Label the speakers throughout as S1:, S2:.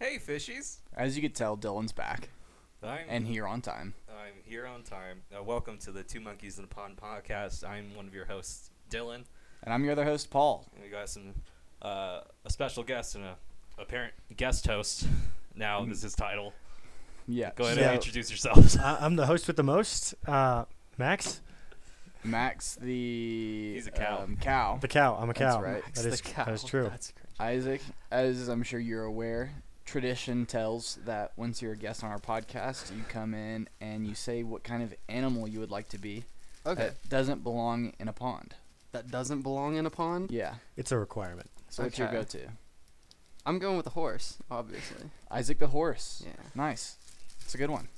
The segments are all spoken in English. S1: fishies.
S2: As you could tell, Dylan's back
S1: I'm,
S2: and here on time.
S1: I'm here on time. Uh, welcome to the Two Monkeys in a Pond podcast. I'm one of your hosts, Dylan.
S2: And I'm your other host, Paul.
S1: And we got some uh, a special guest and a apparent guest host. Now is his title.
S2: Yeah.
S1: Go ahead
S2: so
S1: and introduce yourselves.
S3: I- I'm the host with the most, uh, Max.
S2: Max the
S1: He's a cow.
S2: um, cow.
S3: The cow. I'm a
S2: That's
S3: cow.
S2: right.
S3: That is that is true.
S2: Isaac, as I'm sure you're aware, tradition tells that once you're a guest on our podcast, you come in and you say what kind of animal you would like to be
S4: Okay,
S2: that doesn't belong in a pond.
S4: that doesn't belong in a pond.
S2: Yeah.
S3: It's a requirement.
S2: So what's your
S4: Okay.
S2: go-to?
S4: I'm going with a horse, obviously.
S2: Isaac the horse.
S4: Yeah.
S2: Nice. It's a good one.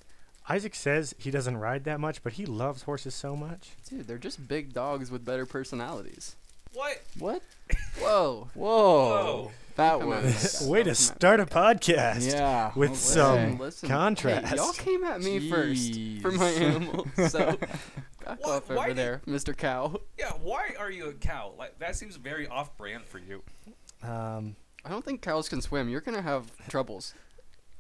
S3: Isaac says he doesn't ride that much, but he loves horses so much.
S4: Dude, they're just big dogs with better personalities.
S1: what?
S2: What?
S4: Whoa.
S2: Whoa.
S1: Whoa.
S2: That
S4: Come on.
S2: was.
S3: Way to
S4: That's my
S3: start a podcast.
S2: yeah.
S3: With
S2: okay.
S3: some-
S4: listen.
S3: contrast.
S4: Hey, y'all came at me first for my
S2: Jeez.
S4: animal, so back
S1: Why-
S4: off
S1: why
S4: over
S1: did-
S4: there, Mr. Cow.
S1: Yeah. Why are you a cow? Like that seems very off-brand for you.
S3: Um,
S4: I don't think cows can swim. You're gonna have troubles.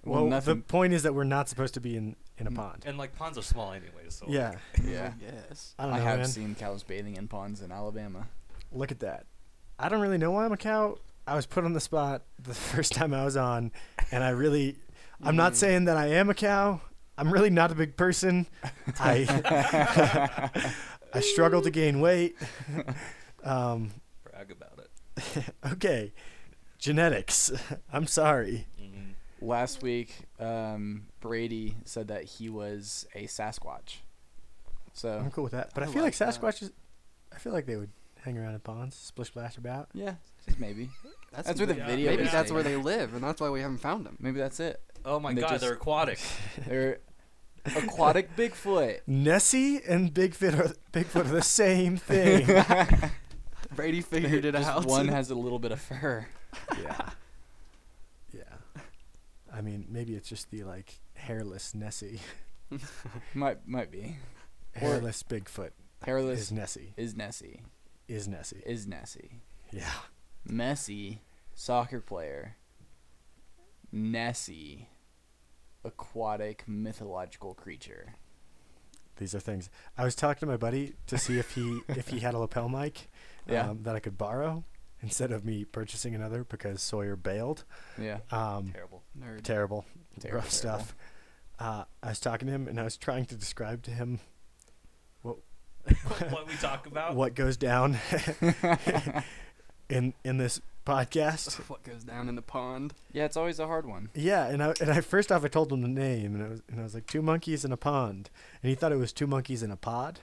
S3: well,
S2: Well,
S3: the
S2: nothing.
S3: point is that we're not supposed to be in, in a
S2: Mm.
S3: pond.
S1: And like ponds are small anyway. So
S3: Yeah.
S2: yeah.
S4: Yes.
S3: I
S2: I,
S3: don't know,
S2: have
S3: man.
S2: seen cows bathing in ponds in Alabama.
S3: Look at that. I don't really know why I'm a cow. I was put on the spot the first time I was on, and I really, I'm
S2: Mm.
S3: not saying that I am a cow. I'm really not a big person. I, I struggle to gain weight. Um,
S1: brag about it.
S3: okay, genetics. I'm sorry.
S1: Mhm.
S2: Last week, um, Brady said that he was a Sasquatch. So Oh,
S3: I'm cool with that. But I,
S4: I
S3: feel like,
S4: like that.
S3: Sasquatches, I feel like they would hang around in ponds, splish splash about.
S2: yeah, just maybe, That's where the
S4: maybe-
S1: video
S4: Maybe
S1: is
S4: that's where they
S2: taken.
S4: live, and that's why we haven't found them.
S2: maybe that's it.
S1: Oh my
S2: They
S1: god,
S2: just-
S1: they're aquatic.
S2: They're aquatic Bigfoot.
S3: Nessie and Bigfoot are, Bigfoot are the same thing.
S4: Brady figured it
S2: just
S4: out.
S2: One has a little bit of fur.
S3: yeah. Yeah. I mean, maybe it's just the like hairless Nessie,
S2: Might might be
S3: hairless Bigfoot
S2: hairless.
S3: is
S2: Is,
S3: Nessie.
S2: Nessie?
S3: Is Nessie?
S2: Is Nessie?
S3: Yeah.
S2: Messi, soccer player. Nessie, aquatic mythological creature.
S3: These are things. I was talking to my buddy to see if he if he had a lapel mic
S2: Yeah.
S3: um, that I could borrow instead of me purchasing another because Sawyer bailed.
S2: Yeah.
S3: Um,
S1: Terrible.
S4: Nerd.
S3: terrible,
S2: Terrible,
S3: rough stuff. Uh, I was talking to him and I was trying to describe to him what
S1: what we talk about?
S3: what goes down in in this podcast.
S4: What goes down in the pond?
S2: Yeah, it's always a hard one.
S3: Yeah, and I and I first off I told him the name and I was and I was like two monkeys in a pond, and he thought it was two monkeys in a pod.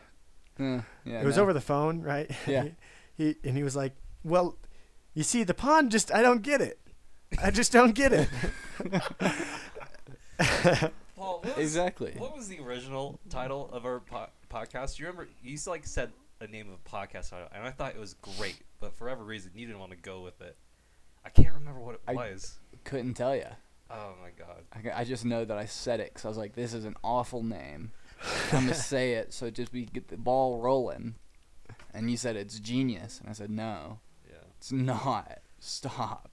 S2: Huh, yeah,
S3: it was
S2: no.
S3: over the phone, right?
S2: Yeah.
S3: he, he and he was like, "Well, you see, the pond just I don't get it. I just don't get it."
S1: Paul, what was,
S2: Exactly.
S1: What was the original title of our po- podcast? Do you remember? You used to, like said a name of a podcast title, and I thought it was great, but for whatever reason, you didn't want to go with it. I can't remember what it
S2: I-
S1: was.
S2: Couldn't tell you.
S1: Oh my god.
S2: I, I just know that I said it because I was like, this is an awful name. I'm gonna say it so just we get the ball rolling. And you said it's genius, and I said no,
S1: Yeah.
S2: it's not. Stop.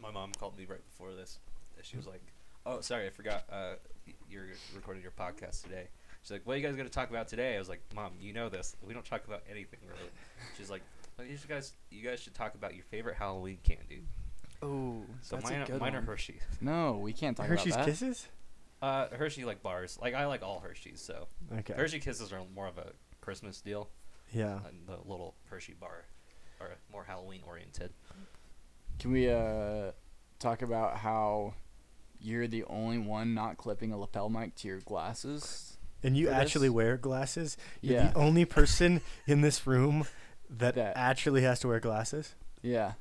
S1: My mom called me right before this. and She was like, "Oh, sorry, I forgot. Uh, y- you're recording your podcast today." She's like, "What are you guys going to talk about today?" I was like, "Mom, you know this. We don't talk about anything really." She's like, "Well, "You should guys, you guys should talk about your favorite Halloween candy."
S4: Oh,
S1: So
S4: that's
S1: mine,
S4: a good
S1: mine
S4: one.
S1: are Hershey.
S2: No, we can't talk
S3: Hershey's
S2: about that.
S3: kisses.
S1: Uh, Hershey like bars. Like I like all Hershey's. So
S3: Okay. Uh.
S1: Hershey Kisses are more of a Christmas deal,
S3: Yeah.
S2: Uh,
S1: and the little Hershey bar are more Halloween oriented.
S2: Can we uh talk about how you're the only one not clipping a lapel mic to your glasses?
S3: And you
S2: For this?
S3: actually wear glasses. You're
S2: Yeah.
S3: the only person in this room that,
S2: That-
S3: actually has to wear glasses.
S2: Yeah,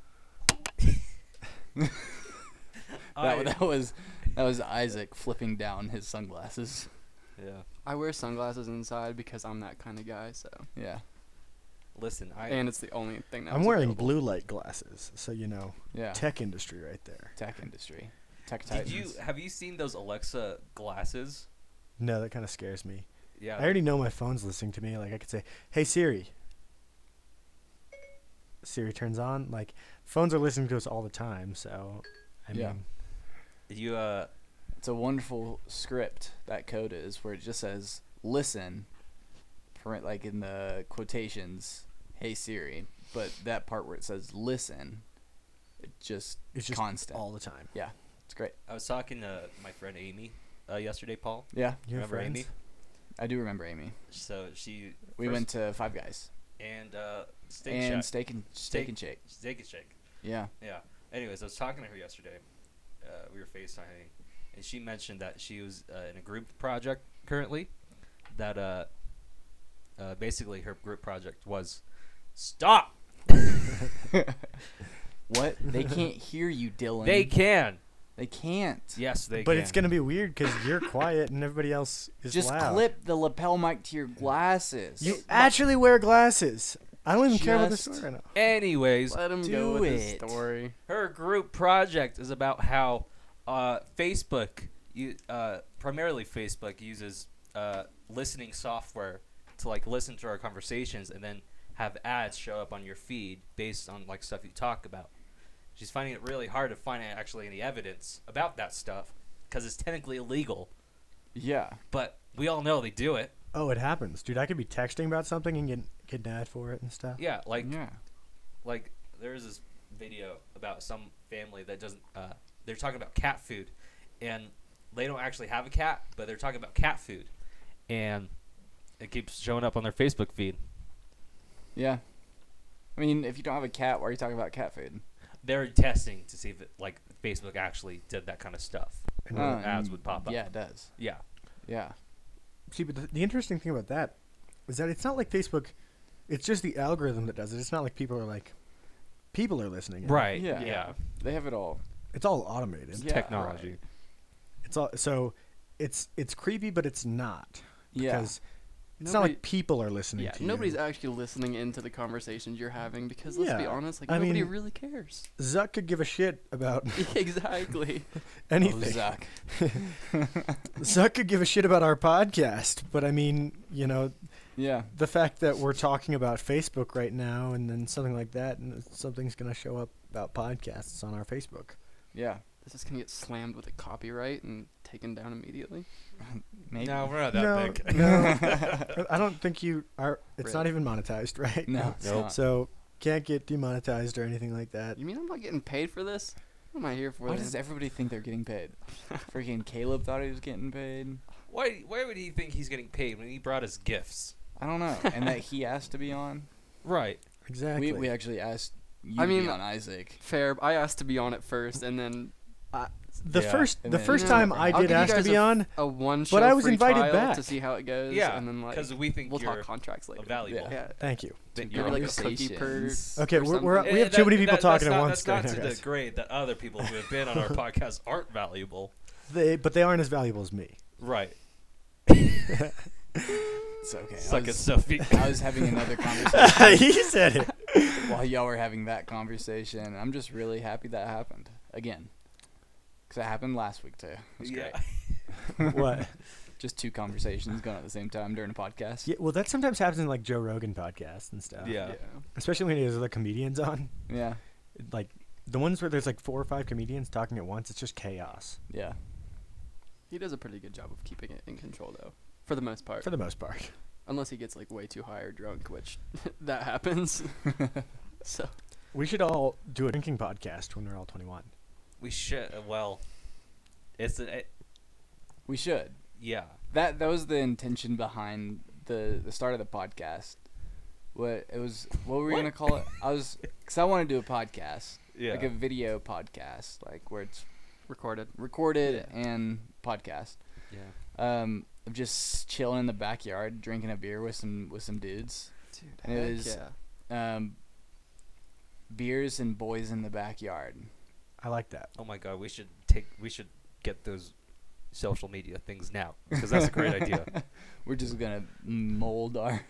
S2: that, that was that was Isaac flipping down his sunglasses.
S1: yeah.
S4: I wear sunglasses inside because I'm that kind of guy. So,
S2: Yeah,
S1: Listen, I
S4: and it's the only thing that
S3: I'm
S4: was
S3: wearing
S4: available.
S3: blue light glasses, so you know,
S2: yeah.
S3: tech industry right there.
S2: Tech industry, tech
S1: did
S2: titans.
S1: you have you seen those Alexa glasses?
S3: No, that kind of scares me.
S1: Yeah.
S3: I already know my phone's listening to me. Like I could say, "Hey Siri." Siri turns on. Like phones are listening to us all the time, so I
S2: Yeah.
S3: mean,
S1: You uh,
S2: It's a wonderful script that code is where it just says listen, parent like in the quotations, hey Siri, but that part where it says listen, it just
S3: It's just
S2: constant.
S3: all the time.
S2: it's great.
S1: I was talking to my friend Amy uh, yesterday, Paul.
S2: Yeah,
S3: You have
S1: Remember
S3: friends?
S1: Amy?
S2: I do remember Amy.
S1: So she
S2: We
S1: First-
S2: went to Five Guys
S1: and uh, Steak
S2: and
S1: Shack.
S2: steak and steak
S1: Steak-
S2: and shake.
S1: Steak and Shake.
S2: Yeah.
S1: Yeah. Anyways, I was talking to her yesterday. Uh, we were FaceTiming, and she mentioned that she was uh, in a group project currently. That uh, uh, basically her group project was stop.
S2: What? They can't hear you, Dylan.
S1: They can.
S2: They can't.
S1: Yes, they
S3: but
S1: can.
S3: it's gonna be weird because you're quiet and everybody else is
S2: Just
S3: loud.
S2: clip the lapel mic to your glasses.
S3: You actually wear glasses. I don't even care about this
S2: Just-
S3: story right now.
S1: Anyways,
S4: Let him
S2: do
S4: go with his
S2: it.
S4: story.
S1: her group project is about how uh, Facebook, u- uh, primarily Facebook, uses uh, listening software to like listen to our conversations and then have ads show up on your feed based on like stuff you talk about. She's finding it really hard to find actually any evidence about that stuff because it's technically illegal,
S2: yeah.
S1: but we all know they do it.
S3: Oh, it happens, dude. I could be texting about something and get get mad for it and stuff.
S1: Yeah, like
S2: yeah.
S1: like there's this video about some family that doesn't uh, they're talking about cat food and they don't actually have a cat but they're talking about cat food and it keeps showing up on their facebook feed
S2: Yeah. I mean, if you don't have a cat, why are you talking about cat food?
S1: they're testing to see if it, like facebook actually did that kind of stuff
S3: And
S2: Uh,
S1: the ads would pop up
S2: Yeah, it does.
S1: yeah
S2: Yeah.
S3: See, but the, the interesting thing about that is that it's not like Facebook. It's just the algorithm that does it. It's not like people are like people are listening. in.
S1: right
S2: Yeah.
S1: yeah,
S2: They have it all.
S3: It's all automated.
S2: Yeah,
S1: technology
S2: right.
S3: It's all so it's it's creepy, but it's not
S2: Yeah.
S3: because it's not
S4: Nobody-
S3: like people are listening
S4: yeah,
S3: to you.
S4: nobody's actually listening into the conversations you're having because let's be
S3: Yeah,
S4: honest, like
S3: I
S4: nobody
S3: mean-
S4: really cares.
S3: Zuck could give a shit about
S4: Oh, exactly.
S3: anything.
S2: Oh, Zuck.
S3: Zuck could give a shit about our podcast, but I mean, you know,
S2: Yeah.
S3: the fact that we're talking about Facebook right now, and then something like that, and something's going to show up about podcasts on our Facebook.
S2: Yeah.
S4: This is gonna get slammed with a copyright and taken down immediately.
S2: Maybe.
S1: no we're not that
S3: no,
S1: big
S3: no, I don't think you are. It's not
S4: Really?
S3: even monetized, right?
S2: No, it's
S1: Nope.
S2: not.
S3: So can't get demonetized or anything like that.
S4: You mean I'm not getting paid for this? What am I here for?
S2: Why
S4: then?
S2: does everybody think they're getting paid? Freaking Caleb thought he was getting paid.
S1: why, why would he think he's getting paid when he brought us gifts
S2: I don't know. And that he asked to be on.
S1: right
S3: Exactly.
S2: We we actually asked you
S4: I
S2: to
S4: mean-
S2: be on Isaac.
S4: Fair. I asked to be on it first, and then
S3: the
S1: Yeah.
S3: first,
S2: And
S3: the
S2: then-
S3: first
S4: No,
S3: time
S2: I'll
S3: I
S4: I'll
S3: did
S4: give you
S3: ask to
S4: guys
S3: be
S4: a-
S3: on,
S4: a one show
S3: But I was
S4: free
S3: invited
S4: trial
S3: back.
S4: to see how it goes.
S1: yeah
S4: and then like
S1: because we think
S4: we'll
S1: you're
S4: talk contracts later.
S1: valuable
S2: Yeah.
S4: Yeah.
S3: thank you.
S1: that
S4: You're like a
S2: Conversations.
S4: cookie
S3: Okay,
S4: per- Or
S3: we're, we're,
S4: something.
S3: Uh, we
S1: Eh,
S3: have too
S1: that-
S3: many people
S1: that-
S3: talking
S1: that's
S3: at
S1: not,
S3: once.
S1: That's
S3: right
S1: not
S3: now,
S1: to
S3: guys.
S1: the grade that other people who have been on our podcast aren't valuable.
S3: They, but they aren't as valuable as me.
S1: Right.
S2: It's okay. I
S1: Suck it,
S2: was-
S1: Sophie.
S2: I was having another conversation.
S3: he said it.
S2: while y'all were having that conversation. and I'm just really happy that happened again, because it happened last week too. It was
S1: yeah.
S2: great.
S3: What?
S2: Just two conversations going at the same time during a podcast.
S3: Yeah, well, that sometimes happens in like Joe Rogan podcasts and stuff.
S1: Yeah.
S3: especially when there's other comedians on.
S2: Yeah,
S3: Like the ones where there's like four or five comedians talking at once, it's just chaos
S2: yeah.
S4: He does a pretty good job of keeping it in control, though, for the most part.
S3: for the most part.
S4: Unless he gets like way too high or drunk, which that happens. so
S3: We should all do a drinking podcast when we're all 21.
S1: We should. uh, Well, it's a, it,
S2: We should.
S1: yeah.
S2: That that was the intention behind the the start of the podcast. What it was? What were we
S1: What?
S2: gonna call it? I was because I want to do a podcast,
S1: Yeah.
S2: like a video podcast, like where it's
S4: recorded.
S2: recorded and podcast.
S1: yeah.
S2: Um, of just chilling in the backyard, drinking a beer with some with some dudes.
S4: Dude,
S2: And it was-
S4: yeah.
S2: um, beers and boys in the backyard.
S3: I like that.
S1: Oh my god, we should take we should get those social media things now because that's a great idea.
S2: We're just gonna mold our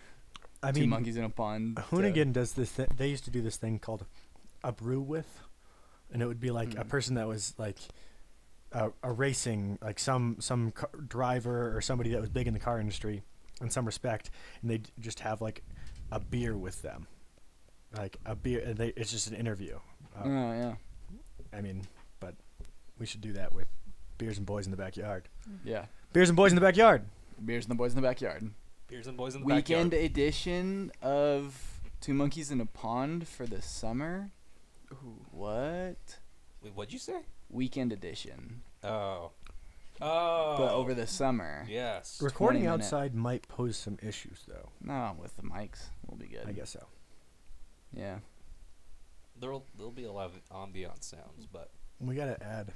S3: I
S2: two
S3: mean,
S2: monkeys in a pond.
S3: Hoonigan does this. Th- they used to do this thing called a brew with, and it would be like a
S4: Mhm.
S3: person that was like a, a racing, like some some car- driver or somebody that was big in the car industry in some respect, and they would just have like a beer with them, like a beer. And they, it's just an interview.
S2: To,
S3: Uh,
S2: oh yeah,
S3: I mean, but we should do that with Beers and boys in the backyard.
S2: Yeah.
S3: Beers and boys in the backyard.
S2: Beers and the Boys in the Backyard.
S1: Beers and boys in the
S2: Weekend
S1: backyard.
S2: edition of Two Monkeys in a Pond for the summer.
S4: Ooh.
S2: What?
S1: Wait, what'd you say?
S2: Weekend edition.
S1: Oh. Oh.
S2: But over the summer.
S1: Yes.
S3: Recording
S2: 20 minute.
S3: outside might pose some issues, though.
S2: No, with the mics. We'll be good.
S3: I guess so.
S2: Yeah.
S1: There'll there'll be a lot of ambient sounds, but
S3: We gotta add.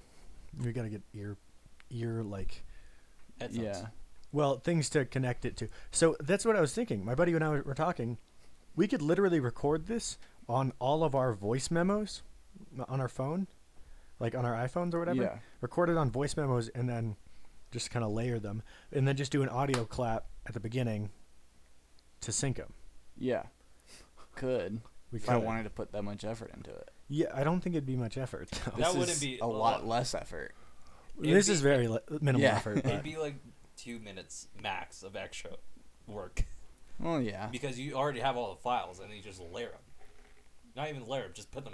S3: We gotta get ear, ear like.
S1: headphones.
S2: Yeah.
S3: Well, things to connect it to. So that's what I was thinking. My buddy and I were- were talking. We could literally record this on all of our voice memos, m- on our phone, like on our iPhones or whatever.
S2: Yeah.
S3: Record it on voice memos and then just kind of layer them, and then just do an audio clap at the beginning to sync them.
S2: Yeah. Could.
S3: We
S2: If I
S3: could.
S2: wanted to put that much effort into it.
S3: Yeah, I don't think it'd be much effort. Though.
S1: That
S2: This
S1: wouldn't
S2: is
S1: be-
S2: a
S1: well,
S2: lot
S1: that-
S2: less effort.
S1: It'd
S3: this
S1: be-
S3: is very li- minimal
S2: Yeah.
S3: effort.
S1: It'd
S3: But
S1: be like two minutes max of extra work
S2: Well, yeah.
S1: because you already have all the files and then you just layer them. Not even layer them, just put them.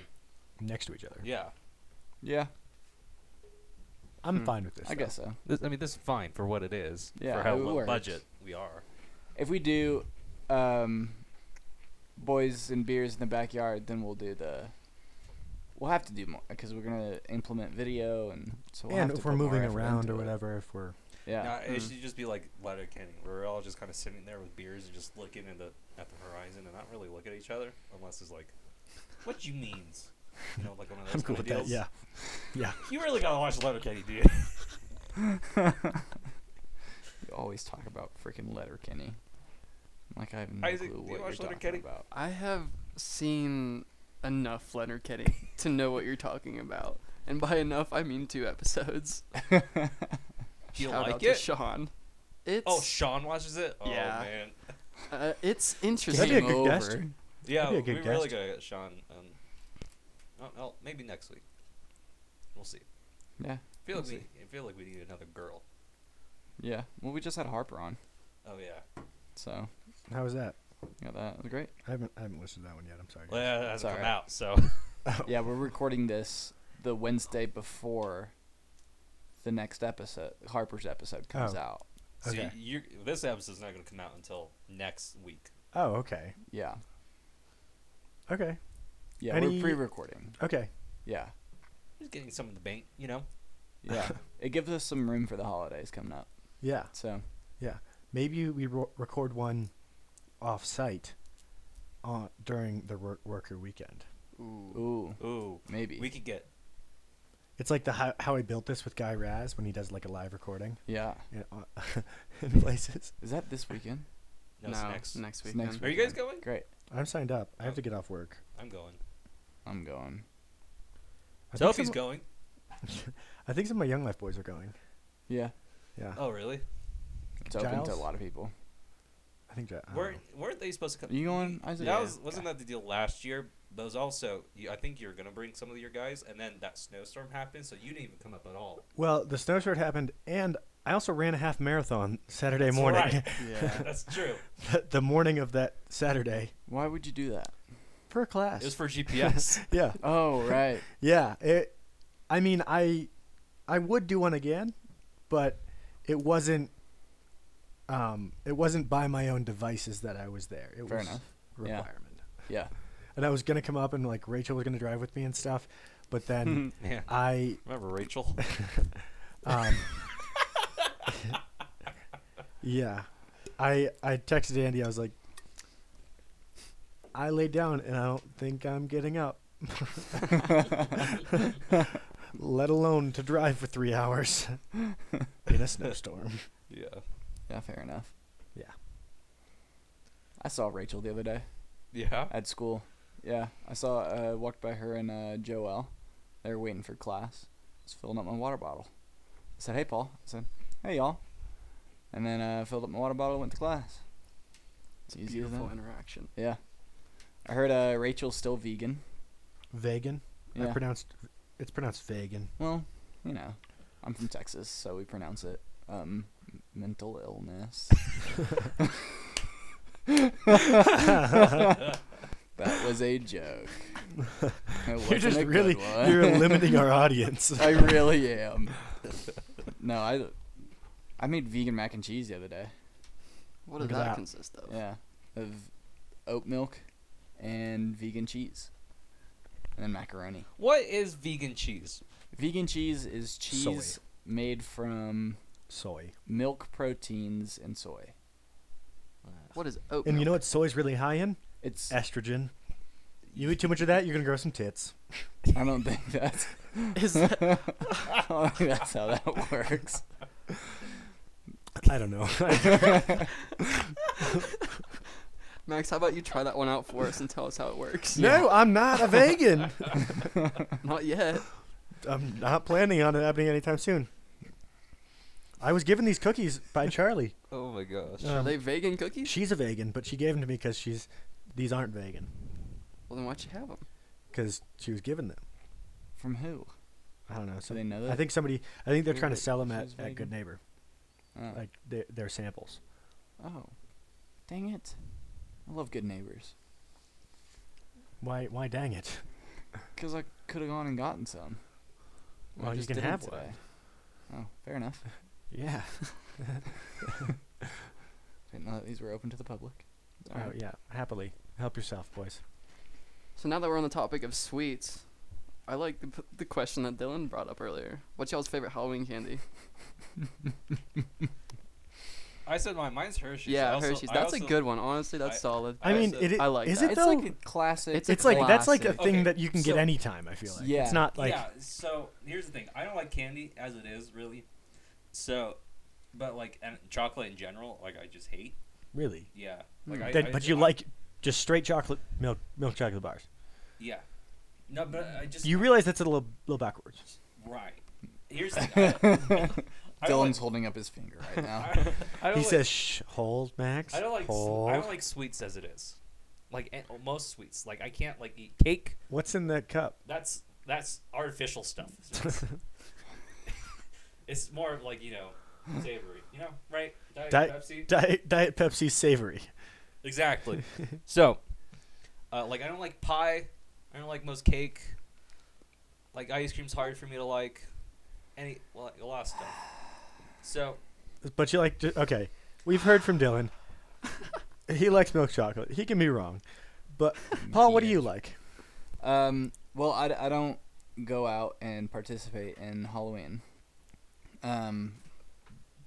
S3: next to each other.
S1: Yeah.
S2: Yeah.
S3: I'm
S4: Hmm.
S3: fine with this.
S2: I
S3: though.
S2: guess so.
S1: This, I mean, this is fine for what it is.
S2: Yeah,
S1: for how
S2: it
S1: low
S2: works.
S1: budget we are.
S2: If we do um boys and beers in the backyard, then we'll do the we'll have to do more because we're going to implement video and so we'll
S3: and
S2: have to
S3: if we're
S2: put more
S3: moving
S2: effort
S3: around
S2: into
S3: or
S2: it.
S3: whatever, if we're
S2: Yeah.
S1: Nah, it
S4: Mm.
S1: should just be like letter canning. We're all just kind of sitting there with beers and just looking in the, at the horizon and not really looking at each other unless it's like, what you means? You know, like one of those
S3: I'm cool
S1: kinda
S3: with that.
S1: deals.
S3: Yeah, yeah.
S1: You really gotta watch letter canning, dude.
S2: You always talk about freaking Letterkenny. Like I have no
S1: Isaac,
S2: clue
S1: do you
S2: what
S1: watch
S2: you're
S1: Letterkenny?
S2: talking about.
S4: I have seen enough Leonard Kenny to know what you're talking about. And by enough, I mean two episodes.
S1: Do you
S4: Shout
S1: like
S4: out
S1: it?
S4: to Sean. It's
S1: Oh, Sean watches it. Oh
S4: Yeah.
S1: man,
S4: uh, it's
S3: That'd be a
S4: interesting.
S3: good
S2: Game
S3: guest.
S2: over.
S1: yeah, we
S3: That'd be a good
S1: really
S3: guest.
S1: gotta get Sean. Um, oh, oh, maybe next week. We'll see.
S2: Yeah,
S1: I feel like
S2: We'll
S1: we, I feel like we need another girl.
S2: yeah. Well, we just had Harper on,
S1: Oh yeah.
S2: so
S3: How was that?
S2: yeah, that was great.
S3: I haven't I haven't listened to that one yet. I'm sorry.
S1: Well,
S3: guys.
S1: yeah, that hasn't
S2: It's
S1: come
S2: alright.
S1: out, so
S2: Yeah, we're recording this the Wednesday before the next episode, Harper's episode comes
S3: Oh.
S2: out.
S1: so
S3: Okay.
S1: you, you this episode's not gonna come out until next week.
S3: Oh, okay.
S2: Yeah,
S3: Okay.
S2: yeah.
S3: Any-
S2: We're pre-recording.
S3: Okay.
S2: Yeah,
S1: Just getting some in the bank, you know.
S2: yeah. it gives us some room for the holidays coming up.
S3: Yeah.
S2: So
S3: Maybe we ro- record one off site on during the wor- worker weekend.
S4: Ooh.
S2: ooh,
S1: Ooh,
S2: maybe.
S1: we could get.
S3: It's like the how, how I built this with Guy Raz when he does like a live recording
S2: yeah.
S3: in, uh, in places.
S2: Is that this weekend?
S1: No, it's next.
S4: next
S2: It's
S4: week.
S2: next
S1: Are you guys going?
S2: Great.
S3: I'm signed up. I have to get off work.
S1: I'm going.
S2: I'm going.
S3: I think,
S1: Sophie's
S3: some,
S1: going.
S3: I think some of my Young Life boys are going.
S2: Yeah,
S3: Yeah.
S1: Oh really?
S2: it's open to a
S3: Giles?
S2: lot of people.
S3: I think that. I don't
S1: Weren't
S3: know.
S1: weren't they supposed to come?
S2: You going, Isaac?
S1: That
S4: Yeah.
S1: was wasn't that the deal last year? But it was also you, I think you're gonna bring some of your guys, and then that snowstorm happened, so you didn't even come up at all.
S3: Well, the snow short happened, and I also ran a half marathon Saturday
S1: That's
S3: morning.
S1: right.
S4: Yeah.
S1: That's true.
S3: the, the morning of that Saturday
S2: Why would you do that?
S3: for a class.
S1: It was for GPS.
S3: yeah,
S2: Oh right.
S3: yeah. It, I mean, I, I would do one again, but it wasn't. Um, it wasn't by my own devices that I was there. It
S2: Fair
S3: was
S2: enough.
S3: a
S2: Yeah.
S3: requirement,
S2: Yeah.
S3: and I was gonna come up and like Rachel was gonna drive with me and stuff, but then
S1: yeah.
S3: I,
S1: Remember Rachel?
S3: um, yeah, I I texted Andy. I was like, I laid down and I don't think I'm getting up. let alone to drive for three hours in a snowstorm.
S1: yeah.
S2: Yeah, fair enough.
S3: Yeah.
S2: I saw Rachel the other day
S1: Yeah.
S2: at school. Yeah, I saw uh, walked by her and uh, Joel. They were waiting for class. I was filling up my water bottle. I said, "Hey, Paul." I said, "Hey, y'all." And then uh, filled up my water bottle, went to class.
S4: It's a
S2: Easy as
S4: beautiful
S2: that.
S4: interaction.
S2: Yeah. I heard uh, Rachel's still vegan.
S3: Vegan. I
S2: Yeah.
S3: pronounced it's pronounced vegan.
S2: well, you know, I'm from Texas, so we pronounce it um, m- mental illness. That was a joke. It
S3: You're
S2: wasn't
S3: just
S2: a good
S3: really
S2: one.
S3: you're limiting our audience.
S2: I really am. No, I I made vegan mac and cheese the other day.
S4: What does
S3: Look at
S4: that,
S3: that.
S4: consist of?
S2: Yeah, of oat milk and vegan cheese, and then macaroni.
S1: What is vegan cheese?
S2: Vegan cheese is cheese
S3: Soy.
S2: made from
S3: Soy.
S2: milk proteins and soy.
S4: What is oat?
S3: And you know
S4: milk?
S3: what soy's really high in?
S2: It's
S3: Estrogen. You eat too much of that, you're gonna grow some tits.
S2: I don't think that's
S4: Is that-
S2: I don't think that's how that works.
S3: I don't know.
S4: Max, how about you try that one out for us and tell us how it works?
S3: No, I'm not a vegan.
S4: Not yet.
S3: I'm not planning on it happening anytime soon. I was given these cookies by Charlie.
S1: Oh my gosh.
S4: Are
S3: Um,
S4: they vegan cookies?
S3: she's a vegan, but she gave them to me because she's these aren't vegan
S4: Well, then why'd you have them?
S3: because she was given them.
S2: From who?
S3: I don't know. So
S2: they know
S3: I
S2: that?
S3: think somebody. I think they're trying to
S2: Wait,
S3: sell them at,
S2: she's
S3: at
S2: vegan?
S3: Good Neighbor,
S2: Oh.
S3: like their, their samples.
S2: oh, dang it! I love good neighbors.
S3: Why? Why? Dang it!
S2: Cause I could have gone and gotten some. I
S3: Well, you
S2: just
S3: can
S2: didn't
S3: have
S2: today. Oh, fair enough.
S3: Yeah.
S2: Didn't know that these were open to the public.
S3: Oh
S2: Alright.
S3: yeah. Happily, help yourself, boys.
S4: So now that we're on the topic of sweets, I like the, p- the question that Dylan brought up earlier. What's y'all's favorite Halloween candy?
S1: I said mine. Mine's Hershey's.
S4: yeah,
S1: I also-
S4: Hershey's.
S1: I
S4: That's
S1: also-
S4: a good one. Honestly, that's
S1: I-
S4: solid.
S3: I,
S1: I
S3: mean,
S1: also-
S3: it,
S4: I like
S3: is
S4: that.
S3: it
S2: it's
S3: though?
S2: like a classic.
S4: It's a
S3: it's like that's like a
S4: classic.
S3: thing
S1: Okay,
S3: that you can get
S1: so-
S3: anytime. I feel like
S2: Yeah.
S3: it's not like
S1: yeah. So here's the thing. I don't like candy as it is, really. So, but like and chocolate in general, like I just hate.
S3: really.
S1: Yeah. Like
S4: Hmm.
S1: I,
S3: Then-
S1: I-
S3: but you
S1: I-
S3: like just straight chocolate milk milk chocolate bars.
S1: Yeah. No, but I just
S3: You realize that's a little little backwards.
S1: right. Here's the thing. I don't- I don't
S2: Dylan's
S1: like-
S2: holding up his finger right now.
S1: I, I don't
S3: He
S1: like,
S3: says, "Shh, hold, Max.
S1: I don't like.
S3: hold."
S1: I don't like sweets as it is. Like eh, most sweets, like I can't like eat cake.
S3: What's in that cup?
S1: That's that's artificial stuff. it's more of like you know, savory. You know, right? Diet
S3: Diet-
S1: Pepsi.
S3: Diet Diet Pepsi savory.
S1: Exactly. so, uh, like, I don't like pie. I don't like most cake. Like, ice cream's hard for me to like. Any, well, a lot of stuff. So,
S3: But you like to- okay. We've heard from Dylan. he likes milk chocolate. He can be wrong, but
S1: Mm,
S3: Paul, what do you like?
S2: Um, well, I, d- I don't go out and participate in Halloween. Um,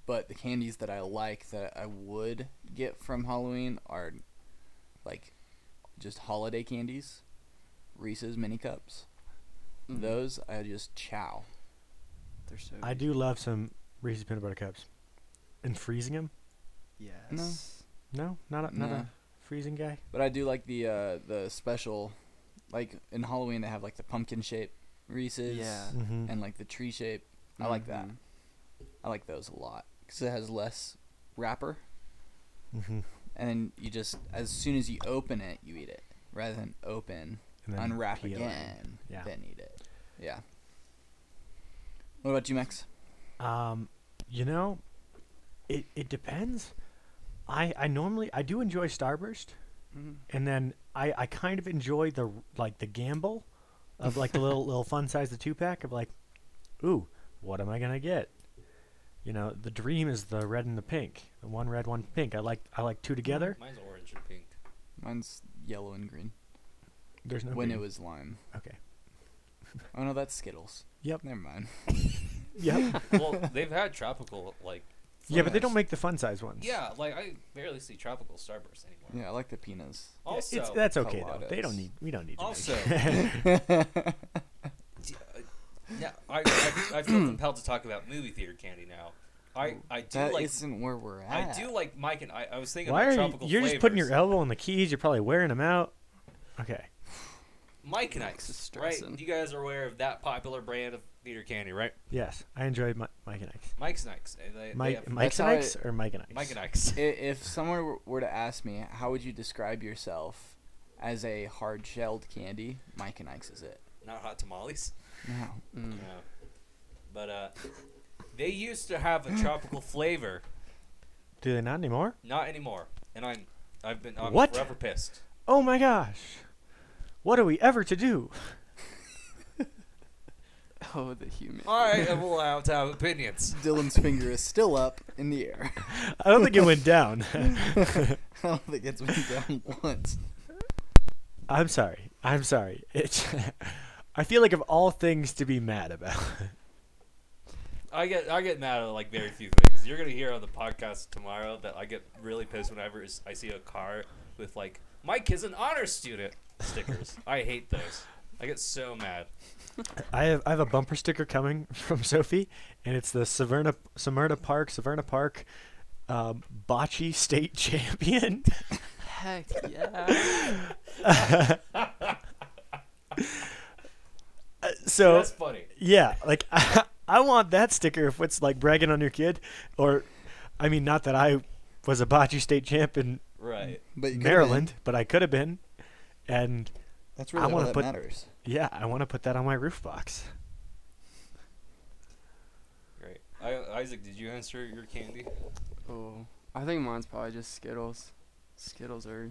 S2: but the candies that I like that I would get from Halloween are like just holiday candies, Reese's mini cups.
S3: Mm-hmm.
S4: Mhm.
S2: Those I just chow.
S4: They're so
S3: I do love some Reese's peanut butter cups. And freezing them?
S4: Yes.
S3: No, not a, not
S2: No.
S3: a freezing guy.
S2: But I do like the uh, the special, like in Halloween they have like the pumpkin shape Reese's
S4: Yeah.
S3: Mm-hmm.
S2: and like the tree shape. I like that.
S4: Mhm.
S2: I like those a lot because it has less wrapper.
S3: mm-hmm.
S2: and then you just as soon as you open it, you eat it rather than open,
S3: and then
S2: unwrap
S3: peel it.
S2: again,
S3: Yeah.
S2: then eat it. Yeah. What about you, Max?
S3: Um, you know, it it depends. I I normally I do enjoy Starburst,
S4: Mhm.
S3: and then I I kind of enjoy the like the gamble, of like the little little fun size the two pack of like, ooh, what am I gonna get? You know, the dream is the red and the pink, the one red, one pink. I like I like two together.
S1: mine's orange and pink.
S2: Mine's yellow and green.
S3: There's no
S2: When
S3: green.
S2: it was lime.
S3: okay.
S2: Oh no, that's Skittles.
S3: Yep.
S2: Never mind.
S3: Yep.
S1: Well, they've had tropical, like.
S3: yeah, but they don't
S1: flavors.
S3: make the fun size ones.
S1: Yeah, like, I barely see tropical starburst anymore.
S2: Yeah, I like the peanuts.
S3: Yeah,
S1: Also,
S3: it's, that's okay though. They
S2: Coladas.
S3: don't need. We don't need. To make-
S1: Also- d- uh, yeah, I, I, I feel compelled to talk about movie theater candy now. I, I do
S2: That
S1: like.
S2: not where we're
S1: I
S2: at.
S1: do like Mike and I. I was thinking
S3: Why
S1: about
S3: are you?
S1: tropical
S3: You're just putting
S1: flavors.
S3: your elbow on the keys. You're probably wearing them out. Okay.
S1: Mike and
S4: Max
S1: Ike's,
S4: is
S1: right?
S4: stressing.
S1: You guys are aware of that popular brand of theater candy, right?
S3: Yes, I enjoy Mi- Mike and Ike's.
S1: Mike's and Ike's. They- they- they
S3: Mike,
S1: have-
S3: Mike's
S2: That's
S3: and
S2: how
S3: Ike's or Mike and Ike's?
S1: Mike and Ike's.
S2: I- If someone were- were to ask me, how would you describe yourself as a hard shelled candy? Mike and Ike's is it.
S1: Not hot tamales.
S2: No.
S4: Mm.
S1: No. But uh, they used to have a tropical flavor.
S3: Do they not anymore?
S1: Not anymore. And I'm, I've been, I'm
S3: What?
S1: forever pissed.
S3: Oh my gosh. What are we ever to do?
S4: Oh, the human.
S1: I am allowed to have opinions.
S2: Dylan's finger is still up in the air.
S3: I don't think it went down.
S2: I don't think it's been down once.
S3: I'm sorry. I'm sorry. It, I feel like of all things to be mad about.
S1: I get I get mad at like very few things. You're gonna hear on the podcast tomorrow that I get really pissed whenever is- I see a car with like Mike is an honor student stickers. I hate those. I get so mad.
S3: I have I have a bumper sticker coming from Sophie, and it's the Severna Smyrna Park Severna Park um, bocce state champion.
S4: Heck yeah.
S3: so
S1: That's funny.
S3: Yeah, like I, want that sticker if it's like bragging on your kid, or I mean, not that I was a bocce state champ in
S1: Right.
S2: But you could've been.
S3: Maryland, but I could have been, and
S2: That's
S3: I
S2: really all
S3: wanna
S2: that
S3: put-
S2: matters.
S3: yeah, I want to put that on my roof box.
S1: Great. I, Isaac, did you answer your candy?
S4: Oh, I think mine's probably just Skittles. Skittles are.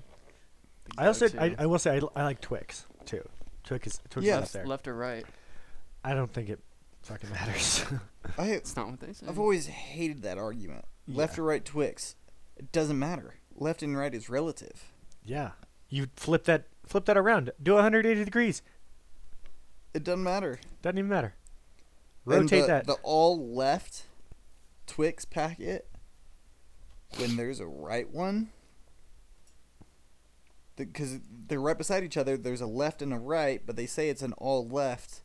S4: the
S3: I also, I,
S4: go-to.
S3: I will say, I, I like Twix too. Twix is Twix
S2: Yeah.
S3: is up
S4: left,
S3: there.
S4: left or right.
S3: I don't think it fucking matters.
S2: I,
S4: It's not what they say.
S2: I've always hated that argument. Left
S3: Yeah.
S2: or right Twix, it doesn't matter. Left and right is relative.
S3: yeah, you flip that flip that around. Do 180 degrees.
S2: It doesn't matter.
S3: Doesn't even matter.
S2: And
S3: Rotate
S2: the,
S3: that.
S2: The all left Twix packet, when there's a right one, because they're right beside each other, there's a left and a right, but they say it's an all left,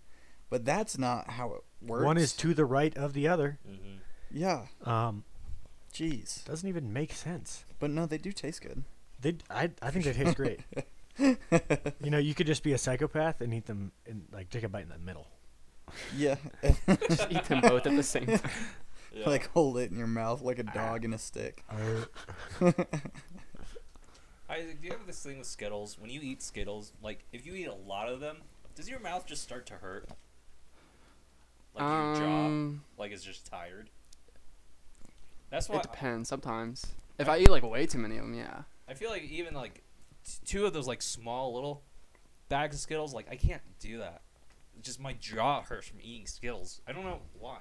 S2: but that's not how it works.
S3: One is to the right of the other.
S1: Mm-hmm.
S2: Yeah.
S3: Um,
S2: Jeez.
S3: doesn't even make sense.
S2: But no, they do taste good.
S3: They, I, I think they taste great. you know, you could just be a psychopath and eat them and like take a bite in the middle.
S2: Yeah.
S4: just eat them both at the same time.
S2: like hold it in your mouth like a
S3: Ah.
S2: dog in a stick.
S1: Isaac, do you have this thing with Skittles? When you eat Skittles, like if you eat a lot of them, does your mouth just start to hurt? Like your jaw,
S4: um,
S1: like it's just tired. That's why
S4: it depends. Sometimes, if I eat like way too many of them, yeah.
S1: I feel like even like t- two of those like small little bags of Skittles, like I can't do that. It's just my jaw hurts from eating Skittles. I don't know why.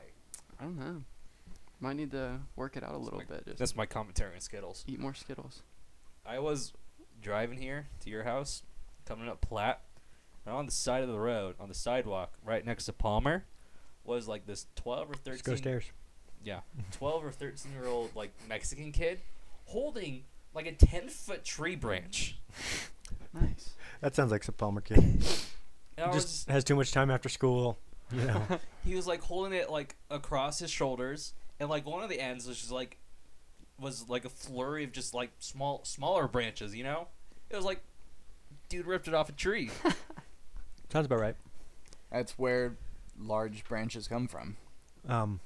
S4: I don't know. Might need to work it out a little
S1: like-
S4: bit. Just
S1: That's my commentary on Skittles.
S4: eat more Skittles.
S1: I was driving here to your house, coming up Platt, and on the side of the road, on the sidewalk, right next to Palmer, was like this twelve or
S3: Let's go
S1: thirteen,
S3: stairs.
S1: yeah, twelve or thirteen year old like Mexican kid, holding like a ten foot tree branch.
S4: Nice.
S3: That sounds like some Palmer kid.
S1: And I was
S3: just has too much time after school. You know,
S1: he was like holding it like across his shoulders and like one of the ends was just like was like a flurry of just like small smaller branches you know it was like dude ripped it off a tree
S3: sounds about right.
S2: That's where large branches come from.
S3: Um,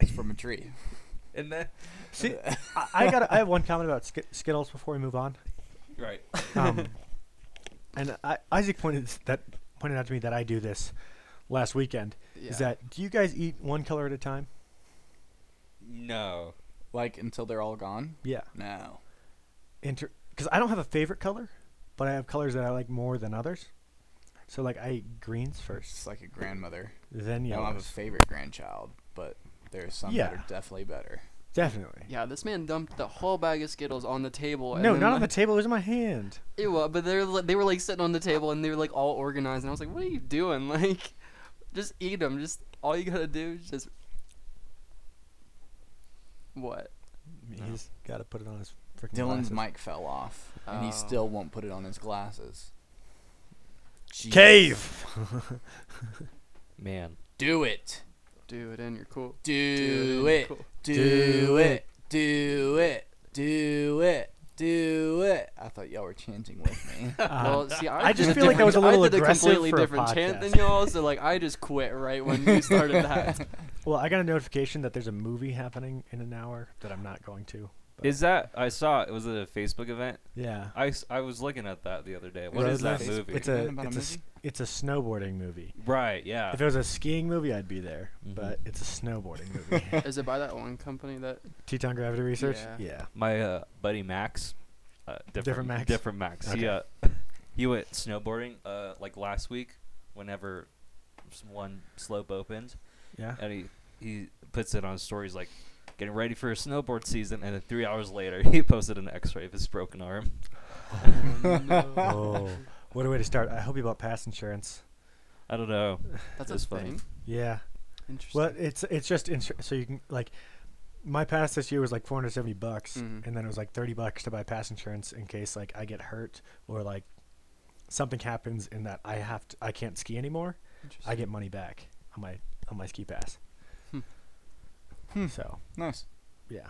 S2: It's from a tree.
S1: and then
S3: see, I, I got. I have one comment about Sk- Skittles before we move on.
S1: right
S3: Um, and I, Isaac pointed that pointed out to me that I do this last weekend.
S4: Yeah.
S3: Is that do you guys eat one color at a time?
S1: no
S2: Like until they're all gone?
S3: Yeah.
S2: No.
S3: Inter- because I don't have a favorite color, but I have colors that I like more than others. So like I eat greens first.
S2: It's like a grandmother.
S3: Then
S2: I don't have a
S3: yellows.
S2: favorite grandchild, but there are some that
S3: Yeah.
S2: are definitely better.
S3: Definitely.
S4: Yeah, this man dumped the whole bag of Skittles on the table. And
S3: No,
S4: then,
S3: not on the
S4: like,
S3: table. It was in my hand.
S4: Ew, but they were li- they were like sitting on the table and they were like all organized, and I was like, "What are you doing? Like, just eat them. Just all you gotta do is just what?
S3: He's got to put it on his freaking.
S2: Dylan's
S3: glasses.
S2: mic fell off, and
S4: Oh.
S2: he still won't put it on his glasses. Jeez.
S3: cave.
S1: man
S2: Do it.
S4: Do it and you're cool.
S2: Do
S4: and you're
S2: it.
S4: cool.
S2: Do it. Do it. Do it. Do it. I thought y'all were chanting with me.
S3: Um,
S4: well, see, Uh, I,
S3: I
S4: did
S3: just
S4: a
S3: feel like that
S4: different-
S3: was a little
S4: I did a
S3: aggressive
S4: completely
S3: for a
S4: different chant than
S3: podcast.
S4: y'all, so like I just quit right when you started that.
S3: well, I got a notification that there's a movie happening in an hour that I'm not going to. but-
S1: is that i saw it was a facebook event
S3: Yeah.
S1: i, s- I was looking at that the other day What
S3: Road
S1: is that
S3: Life.
S1: movie
S3: It's a.
S2: Isn't it about a
S3: It's a, s-
S2: movie?
S3: it's a snowboarding movie.
S1: right yeah
S3: If it was a skiing movie, I'd be there.
S1: Mhm.
S3: But it's a snowboarding movie.
S4: Is it by that one company that?
S3: Teton Gravity Research.
S4: Yeah.
S3: Yeah.
S1: my uh, buddy Max, uh, different,
S3: Different Max?
S1: different Max. He
S3: Okay.
S1: uh, he went snowboarding uh, like last week. Whenever s- one slope opened,
S3: Yeah.
S1: and he he puts it on his stories like getting ready for his snowboard season, and then three hours later he posted an X-ray of his broken arm.
S4: Oh, no.
S3: oh, what a way to start. I hope you bought pass insurance.
S1: I don't know.
S4: That's a
S1: It's funny.
S4: thing.
S3: Yeah.
S4: Interesting.
S3: Well, it's it's just insur- so you can like my pass this year was like 470 bucks
S4: Mhm.
S3: and then it was like 30 bucks to buy pass insurance in case like I get hurt or like something happens in that I have to, I can't ski anymore. I
S4: Interesting.
S3: get money back on my on my ski pass.
S4: Hmm.
S2: Hmm.
S3: So,
S2: Nice.
S3: yeah.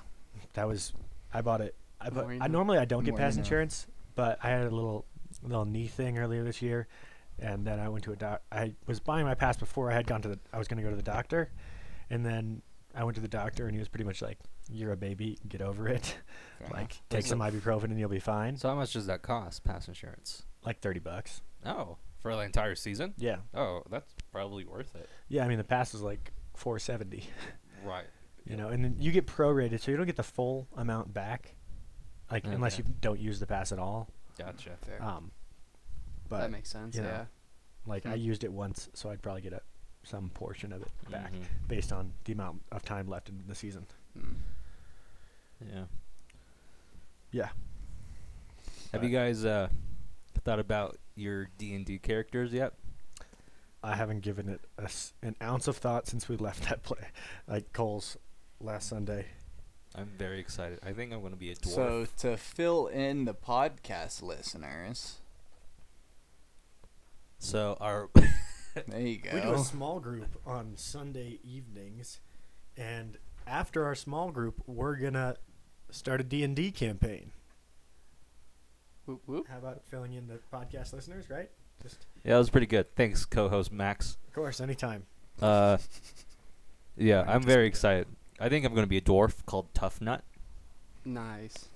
S3: That was I bought it. I
S4: More
S3: bought,
S4: you
S3: I
S4: know.
S3: normally I don't get
S2: More you
S3: pass
S2: know.
S3: insurance, but I had a little little knee thing earlier this year and then I went to a doc I was buying my pass before I had gone to the I was going to go to the doctor and then I went to the doctor and he was pretty much like you're a baby, get over it.
S2: Fair
S3: like
S2: enough.
S3: take
S1: Is
S3: some ibuprofen and you'll be fine.
S1: So how much does that cost? Pass insurance?
S3: Like 30 bucks.
S1: Oh, for the entire season?
S3: Yeah.
S1: Oh, that's probably worth it.
S3: Yeah, I mean the pass was like 470.
S1: Right.
S3: you know, and then you get prorated, so you don't get the full amount back, like unless you
S1: Okay.
S3: don't use the pass at all.
S1: Gotcha.
S4: Fair.
S3: Um,
S4: that
S3: but
S4: makes sense.
S3: you know,
S4: yeah.
S3: like I
S4: Hmm.
S3: used it once, so I'd probably get a, some portion of it back
S1: Mhm.
S3: based on the amount of time left in the season.
S4: Mm.
S1: Yeah.
S3: Yeah,
S1: Have
S3: But-
S1: you guys uh, thought about your D and D characters yet?
S3: I haven't given it a s an ounce of thought since we left that play, like Cole's last Sunday.
S1: I'm very excited. I think I'm going to be a dwarf.
S2: So to fill in the podcast listeners,
S1: So our
S2: there you go.
S3: We do a small group on Sunday evenings, and after our small group, we're gonna start a D and D campaign.
S4: Whoop whoop.
S3: How about filling in the podcast listeners, right? Just
S1: yeah, that was pretty good. Thanks, co-host Max.
S3: Of course, anytime.
S1: Uh, yeah,
S3: Alright,
S1: I'm
S3: just-
S1: very excited. I think I'm going to be a dwarf called Tough Nut.
S4: Nice.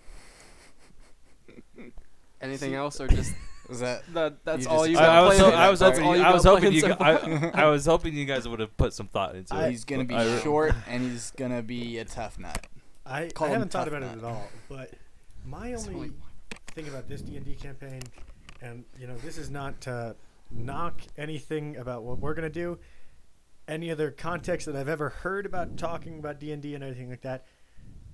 S4: Anything else or just
S2: Is that
S4: that? That's
S2: You
S4: all
S2: just-
S4: you
S1: I,
S4: got
S1: I was,
S2: play
S1: ho-
S2: that
S1: I was
S2: part.
S1: hoping,
S4: All
S1: you,
S4: you
S1: I
S4: got
S1: was hoping
S4: playing
S1: you,
S4: so
S1: gu- I, I was hoping you guys would have put some thought into
S3: I-
S1: it.
S2: he's gonna be
S1: I-
S2: short and he's gonna be a tough nut?
S3: I, I
S2: Call him
S3: haven't thought
S2: Tough
S3: about it
S2: Nut.
S3: at all, but my
S4: It's
S3: only,
S4: only one.
S3: thing about this D and D campaign, and you know, this is not to knock anything about what we're gonna do. Any other context that I've ever heard about talking about D and D and anything like that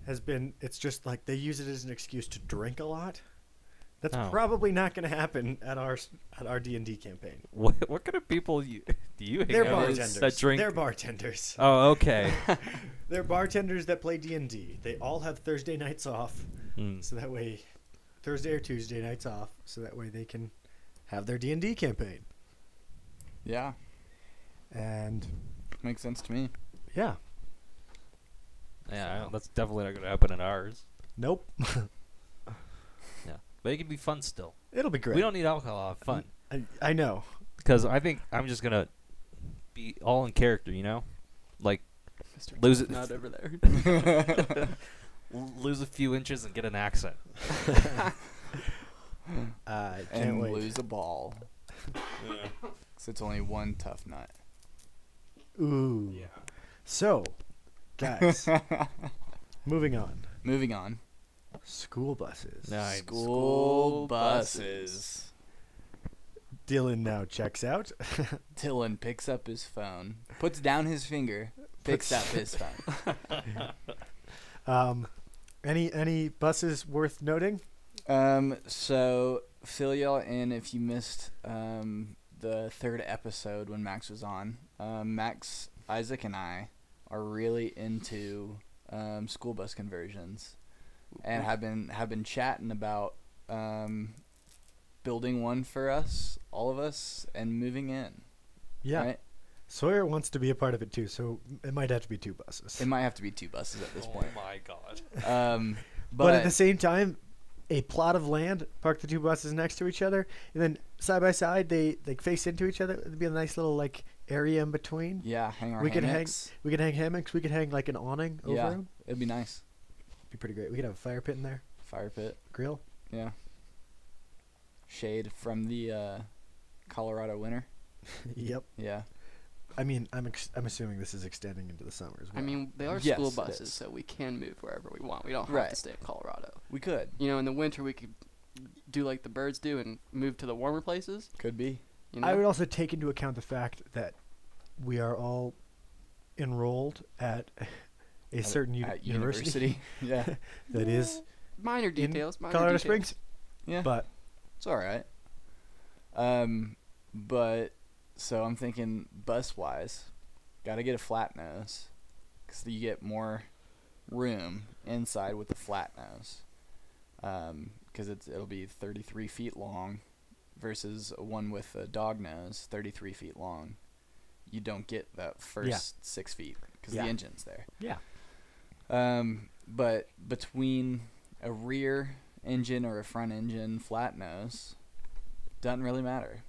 S3: has been it's just like they use it as an excuse to drink a lot. That's
S1: Oh.
S3: probably not going to happen at our s- at our D and D campaign.
S1: What, what kind of people you, do you hang
S3: They're
S1: out with
S3: bartenders.
S1: that drink?
S3: They're bartenders.
S1: oh, okay.
S3: They're bartenders that play D and D. They all have Thursday nights off.
S1: Mm.
S3: so that way Thursday or Tuesday nights off, so that way they can have their D and D campaign.
S2: Yeah,
S3: And
S2: makes sense to me.
S3: yeah,
S1: Yeah, I don't- that's definitely not going to happen in ours.
S3: nope,
S1: Yeah, but it can be fun still.
S3: it'll be great.
S1: We don't need alcohol. to Have fun
S3: I, I know.
S1: because I think I'm just gonna be all in character. You know, like
S4: Mr.
S1: Lose
S4: Tough
S1: it.
S4: Nut over there.
S1: l- lose a few inches and get an accent.
S3: I can't
S2: and
S3: wait.
S2: lose a ball. So it's only one tough nut.
S3: Ooh. So, guys, moving on.
S2: Moving on.
S3: School buses.
S1: No, I-
S2: School,
S4: School
S2: buses.
S3: Dylan now checks out.
S2: Dylan picks up his phone, puts down his finger, picks up
S3: Puts-
S2: his phone.
S3: Um, any any buses worth noting?
S2: Um, so fill y'all in if you missed um, the third episode when Max was on. Um, Max, Isaac, and I are really into um, school bus conversions, and have been have been chatting about um, building one for us, all of us, and moving in.
S3: Yeah.
S2: right?
S3: Sawyer wants to be a part of it too, so it might have to be two buses.
S2: it might have to be two buses at this
S1: oh
S2: point.
S1: my god.
S2: Um, but,
S3: But, at the same time, a plot of land, park the two buses next to each other, and then side by side, they like face into each other. It'd be a nice little like area in between.
S2: yeah, hang our
S3: we could hang,
S2: hammocks.
S3: we could hang hammocks. We could hang like an awning over
S2: Yeah,
S3: them.
S2: it'd be nice.
S3: Be pretty great. We could have a fire pit in there,
S2: Fire pit.
S3: grill.
S2: Yeah. Shade from the uh, Colorado winter.
S3: yep.
S2: Yeah.
S3: I mean, I'm ex- I'm assuming this is extending into the summer as well.
S4: I mean, they are
S2: Yes,
S4: school
S2: it
S4: buses,
S2: is.
S4: so we can move wherever we want. We don't have to
S2: Right.
S4: stay in Colorado.
S2: We could.
S4: You know, in the winter we could do like the birds do and move to the warmer places.
S2: Could be.
S4: You know,
S3: I would also take into account the fact that we are all enrolled at a
S2: At-
S3: certain uni-
S2: at
S3: university,
S2: yeah,
S3: that is
S4: Minor
S3: in
S4: details. minor
S3: Colorado
S4: details.
S3: Springs.
S2: yeah.
S3: But
S2: It's all right. Um, but so I'm thinking bus wise, gotta get a flat nose, cause you get more room inside with the flat nose. Um, cause it's it'll be 33 feet long, versus a one with a dog nose 33 feet long. You don't get that first six feet because
S3: Yeah.
S2: the engine's there.
S3: yeah,
S2: Um, but between a rear engine or a front engine flat nose, doesn't really matter.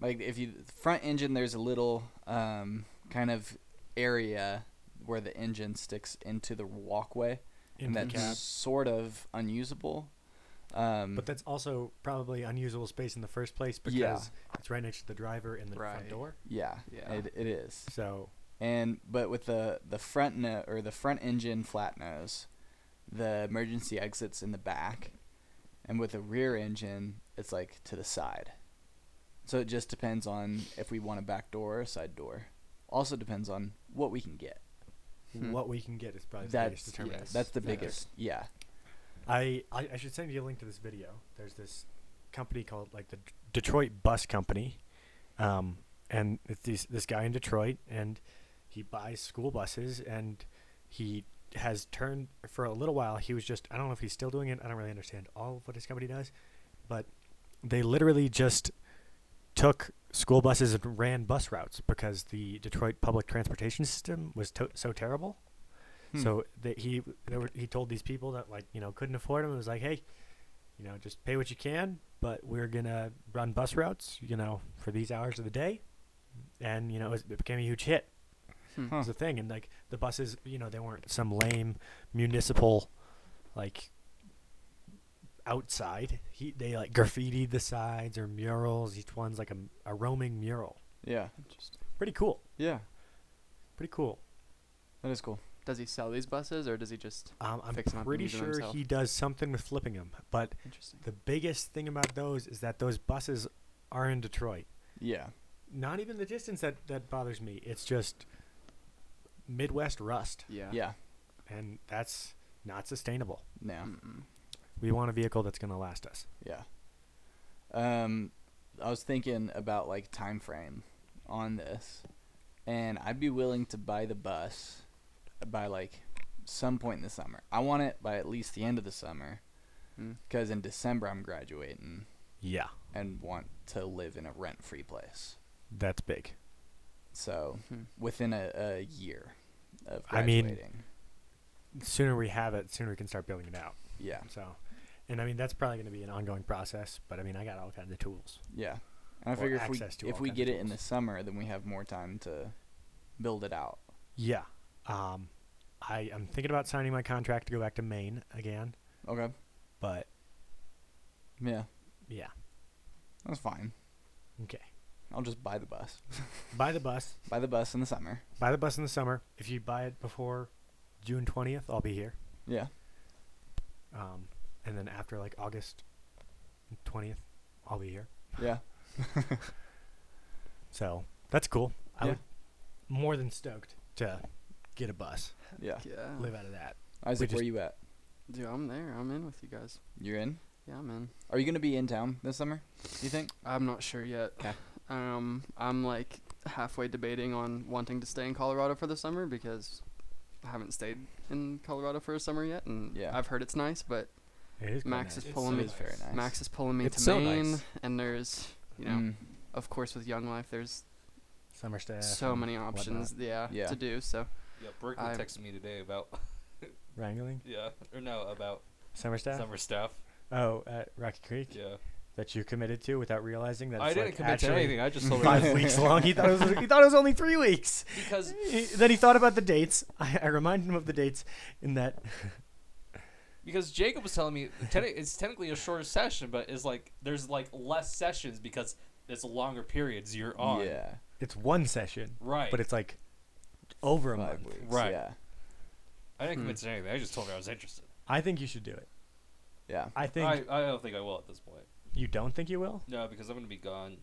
S2: Like if you front engine, there's a little um, kind of area where the engine sticks into the walkway,
S3: in the
S2: and that's
S3: cab.
S2: sort of unusable. Um,
S3: But that's also probably unusable space in the first place because
S2: Yeah.
S3: it's right next to the driver and the
S4: Right.
S3: front door.
S2: yeah,
S4: Yeah.
S2: It, it is.
S3: So
S2: and but with the the front no, or the front engine flat nose, the emergency exits in the back, and with the rear engine, it's like to the side. So it just depends on if we want a back door or a side door. Also depends on what we can get.
S4: Hmm.
S3: what we can get is probably the
S2: That's
S3: biggest determinant.
S4: yes.
S2: that's the
S4: Facts.
S2: biggest. Yeah.
S3: I, I I should send you a link to this video. There's this company called like the D- Detroit Bus Company, um, and it's this this guy in Detroit, and he buys school buses, and he has turned for a little while. He was just I don't know if he's still doing it. I don't really understand all of what his company does, but they literally just took school buses and ran bus routes because the Detroit public transportation system was to- so terrible.
S2: Hmm.
S3: So that he they were, he told these people that like you know couldn't afford them. It was like, hey, you know, just pay what you can, but we're gonna run bus routes, you know, for these hours of the day, and you know, it became a huge hit.
S4: Hmm.
S3: It was a thing, and like the buses, you know, they weren't some lame municipal, like outside. He they like graffitied the sides or murals. Each one's like a, a roaming mural.
S2: Yeah.
S4: Interesting.
S3: Pretty cool.
S2: Yeah.
S3: Pretty cool.
S2: That is cool.
S4: Does he sell these buses or does he just?
S3: Um, I'm
S4: Fixing up and
S3: pretty
S4: using
S3: sure
S4: himself.
S3: he does something with flipping them, but
S4: Interesting.
S3: the biggest thing about those is that those buses are in Detroit.
S2: Yeah.
S3: Not even the distance that that bothers me. It's just Midwest rust,
S4: Yeah.
S2: Yeah.
S3: and that's not sustainable.
S2: No.
S4: Mm-mm.
S3: We want a vehicle that's going to last us.
S2: Yeah. Um, I was thinking about like time frame on this, and I'd be willing to buy the bus by like some point in the summer. I want it by at least the end of the summer
S3: Hmm.
S4: Mm.
S2: because in December I'm graduating
S3: Yeah,
S2: and want to live in a rent free place.
S3: that's big.
S2: So
S4: Hmm.
S2: within a, a year of
S3: I mean-
S2: graduating,
S3: The sooner we have it, the sooner we can start building it out.
S2: yeah,
S3: So, and I mean that's probably going to be an ongoing process. But I mean I got all kinds of tools.
S2: yeah. And I
S3: Or
S2: figure if we
S3: access to
S2: if
S3: all
S2: we
S3: kinds
S2: get
S3: of
S2: it in the
S3: tools.
S2: summer, then we have more time to build it out.
S3: Yeah. Um, I am thinking about signing my contract to go back to Maine again,
S2: Okay.
S3: but
S2: Yeah,
S3: yeah.
S2: that's fine.
S3: Okay.
S2: I'll just buy the bus.
S3: Buy the bus.
S2: Buy the bus in the summer.
S3: Buy the bus in the summer. If you buy it before June twentieth, I'll be here.
S2: Yeah.
S3: Um, and then after like August twentieth, I'll be here.
S2: Yeah.
S3: So that's cool. I
S2: Yeah.
S3: would more than stoked to get a bus.
S2: Yeah.
S4: Yeah.
S3: Live out of that.
S2: Isaac,
S3: just-
S2: where you at?
S4: Dude, I'm there. I'm in with you guys.
S2: You're in?
S4: Yeah, I'm in.
S2: Are you gonna be in town this summer? You think?
S4: I'm not sure yet.
S2: 'Kay.
S4: Um, I'm like halfway debating on wanting to stay in Colorado for the summer because I haven't stayed in Colorado for a summer yet, and
S2: Yeah.
S4: I've heard it's nice, but
S3: It is
S4: Max is pulling
S2: It
S4: me.
S2: is very nice.
S4: Max is pulling me
S2: It's
S4: to
S2: so
S4: Maine,
S2: nice.
S4: and there's, you know,
S2: Mm,
S4: of course with Young Life, there's
S3: summer staff.
S4: so
S3: and
S4: many
S3: whatnot.
S4: options, yeah,
S2: Yeah.
S4: to do. So
S1: Yeah, Brooklyn
S4: I'm-
S1: texted me today about
S3: Wrangling
S1: yeah or no about
S3: summer staff.
S1: summer stuff.
S3: Oh, at Rocky Creek
S1: Yeah,
S3: that you committed to without realizing that
S1: I
S3: it's
S1: didn't
S3: like
S1: commit to
S3: actually
S1: anything. I just told her
S3: five
S1: I-
S3: weeks long. He thought it was he thought it was only three weeks.
S1: because
S3: He- then he thought about the dates. I, I reminded him of the dates in that
S1: because Jacob was telling me ten, it's technically a shorter session, but it's like there's like less sessions because it's longer periods you're on.
S2: Yeah.
S3: it's one session,
S1: Right.
S3: but it's like over a
S2: Five
S3: month.
S2: weeks.
S1: Right.
S2: Yeah.
S1: I didn't
S4: Hmm.
S1: commit to anything. I just told her I was interested.
S3: I think you should do it.
S2: Yeah.
S3: I think
S1: I, I don't think I will at this point.
S3: you don't think you will.
S1: No, because I'm gonna be gone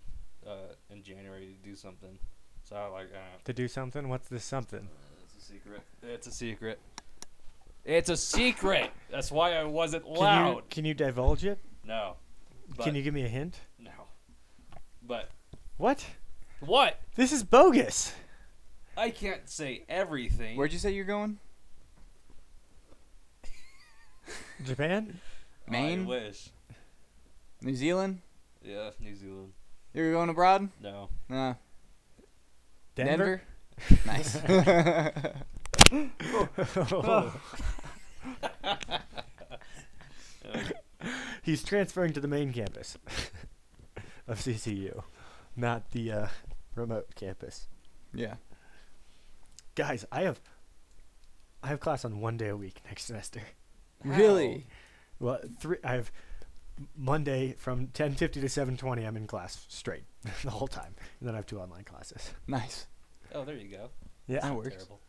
S1: uh, in January to do something. So I like, uh,
S3: To do something? What's this something?
S1: it's a secret. It's a secret. It's a secret. That's why I wasn't
S3: Can you
S1: loud.
S3: can you divulge it?
S1: No. But,
S3: Can you give me a hint?
S1: No. But
S3: What?
S1: what?
S3: This is bogus.
S1: I can't say everything.
S2: Where'd you say you're going?
S3: Japan?
S1: I
S2: Maine?
S1: wish.
S2: New Zealand?
S1: Yeah, New Zealand.
S2: You're going abroad?
S1: No.
S2: Nah.
S3: Denver?
S2: nice.
S1: Oh.
S3: He's transferring to the main campus of CCU, not the uh, remote campus.
S2: yeah.
S3: Guys, I have I have class on one day a week next semester.
S2: Really?
S3: Well, three. I have Monday from ten fifty to seven twenty. I'm in class straight the whole time, and then I have two online classes.
S2: Nice.
S1: Oh, there you go.
S3: Yeah,
S2: That works.
S1: Terrible.